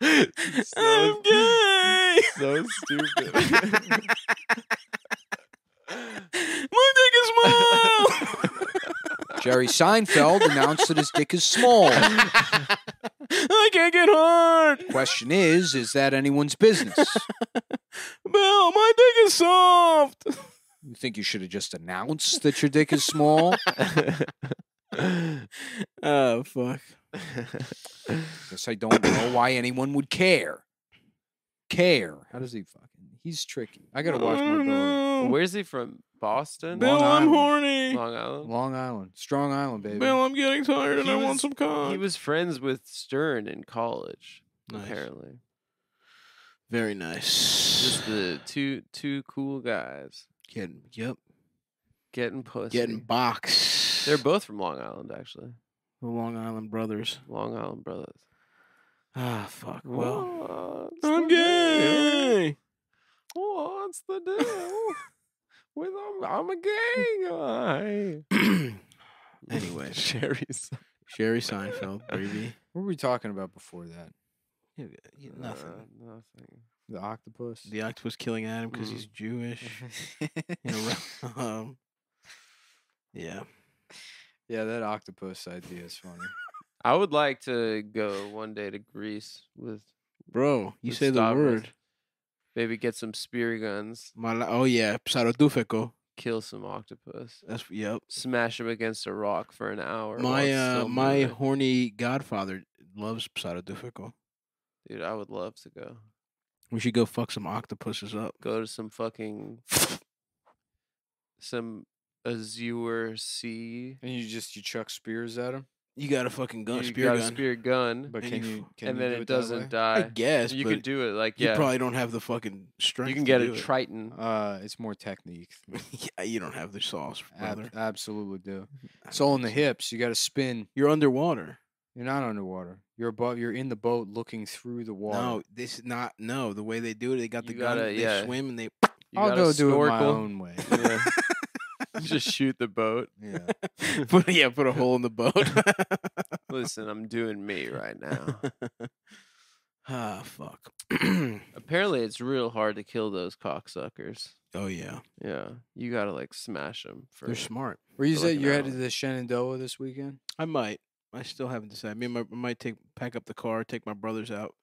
A: I'm gay.
C: so stupid.
A: My dick is small.
B: Jerry Seinfeld announced that his dick is small.
A: I can't get hard.
B: Question is, is that anyone's business?
A: Bill, my dick is soft.
B: You think you should have just announced that your dick is small?
A: Oh, fuck.
B: Guess I don't know why anyone would care. Care. How does he fucking? He's tricky. I gotta watch more. Bill.
C: Where's he from? Boston?
B: Bill,
A: Bill,
B: Long I'm
A: I'm
B: Island.
A: horny.
C: Long Island?
B: Long Island, Strong Island, baby.
A: Bill, I'm getting tired and
C: He
A: I
C: was-
A: want some cock.
C: He was friends with Stern in college,
A: Nice.
C: apparently.
A: Very nice.
C: Just the two two cool guys
A: getting, yep,
C: getting pussy.
A: getting boxed.
C: They're both from Long Island, actually.
A: the Long Island brothers.
C: Long Island brothers.
A: Ah, fuck. Well,
C: What's
A: I'm
C: the deal?
A: gay.
C: What's the deal with I'm, I'm a gay guy?
A: Anyway.
C: Sherry's
A: Sherry Seinfeld, baby.
B: What were we talking about before that?
A: Yeah, yeah, Nothing.
C: Uh, nothing.
B: The octopus.
A: The octopus killing Adam because
C: Mm.
A: he's Jewish. you know, um, yeah.
B: yeah, that octopus idea is funny.
C: I would like to go one day to Greece with
A: Bro, you
C: with
A: say the
C: Stavros.
A: word.
C: Maybe get some spear guns,
A: Mala- oh, yeah. Psarodufeko.
C: kill some octopus,
A: That's, yep.
C: smash him against a rock for an hour. while
A: My
C: it's
A: uh,
C: still
A: my
C: moving.
A: horny godfather loves Psarodufeko.
C: dude, I would love to go.
A: We should go fuck some octopuses up.
C: Go to some fucking some azure sea.
B: And you just you chuck spears at him,
A: You got a fucking gun,
C: you
A: spear
C: got
A: gun.
C: a spear gun,
B: but
A: And
B: can
A: you-
B: you? Can
C: and
B: you
C: then
B: do
C: it
B: that
C: doesn't
B: way?
A: I
C: die.
A: guess,
C: You
A: but
C: could do it, like
A: you
C: yeah.
A: probably don't have the fucking strength.
C: you can
A: to
C: get
A: do
C: a
A: it.
C: triton.
B: Uh, it's more technique.
A: yeah, you don't have the sauce, brother.
B: Ab- absolutely do.
C: uh,
A: I
B: It's
A: don't
B: all in the
A: think
B: hips. You got to spin.
A: so. You're underwater.
B: You're not underwater. You're above. You're in the boat, looking through the water.
A: No, this is not. No, the way they do it, they got the
C: You
A: gun.
C: gotta-
A: they
C: yeah.
A: swim and they.
C: You
B: I'll
C: got a
B: go do it my
C: snorkel.
B: own way.
C: Yeah. You Just shoot the boat.
B: Yeah.
A: put, yeah, put a hole in the boat.
C: Listen, I'm doing me right now.
A: ah, fuck.
C: Apparently, it's real hard to kill those cocksuckers.
A: oh yeah,
C: Yeah, you gotta like smash them for
A: they're smart.
B: Were you
C: For
B: said
C: like an
B: you're headed
C: hour. Mm-hmm.
B: to the Shenandoah this weekend?
A: I might. I still haven't decided. Me and my I might take pack up the car, take my brothers out,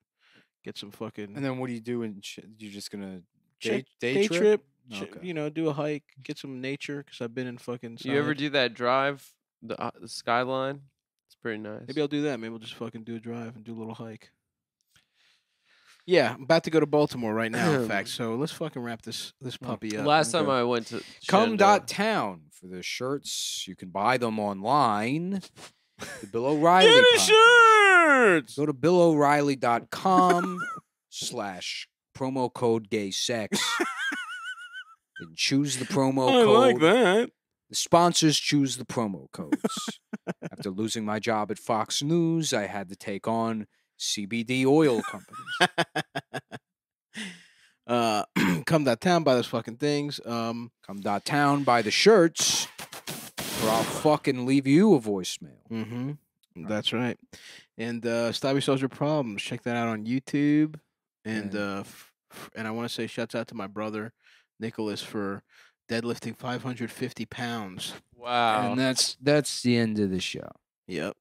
A: get some fucking
B: And then what do you do? And sh- you're just gonna
A: Check-
B: day, day,
A: day
B: trip?
A: trip. ch-
B: Okay.
A: You know, do a hike, get some nature because I've been in fucking.
C: You ever
A: solid-
C: do that drive? The, uh, the skyline. It's pretty nice.
A: Maybe I'll do that. Maybe we'll just fucking do a drive and do a little hike. Yeah, I'm about to go to Baltimore right now. in fact, so let's fucking wrap this this
B: Mm.
A: puppy up.
C: Last time
B: okay.
C: I went to
B: Come
C: Shenandoah-
B: dot town for the shirts. You can buy them online. The Bill O'Reilly. podcast.
A: shirts.
B: Go to BillO'Reilly.com slash promo code gay sex. and choose the promo code.
A: that.
B: The sponsors choose the promo codes. After losing my job at Fox News, I had to take on CBD oil companies.
A: Uh, come that town, buy those fucking things. Um,
B: Come dot town, buy the shirts, or I'll fucking leave you a voicemail.
A: hmm that's right. And uh, stop yourselves your problems. Check that out on YouTube. And
B: Yeah.
A: uh, f- f- and I want to say shouts out to my brother Nicholas for deadlifting 550 pounds.
C: Wow.
B: And that's that's the end of the show.
A: Yep.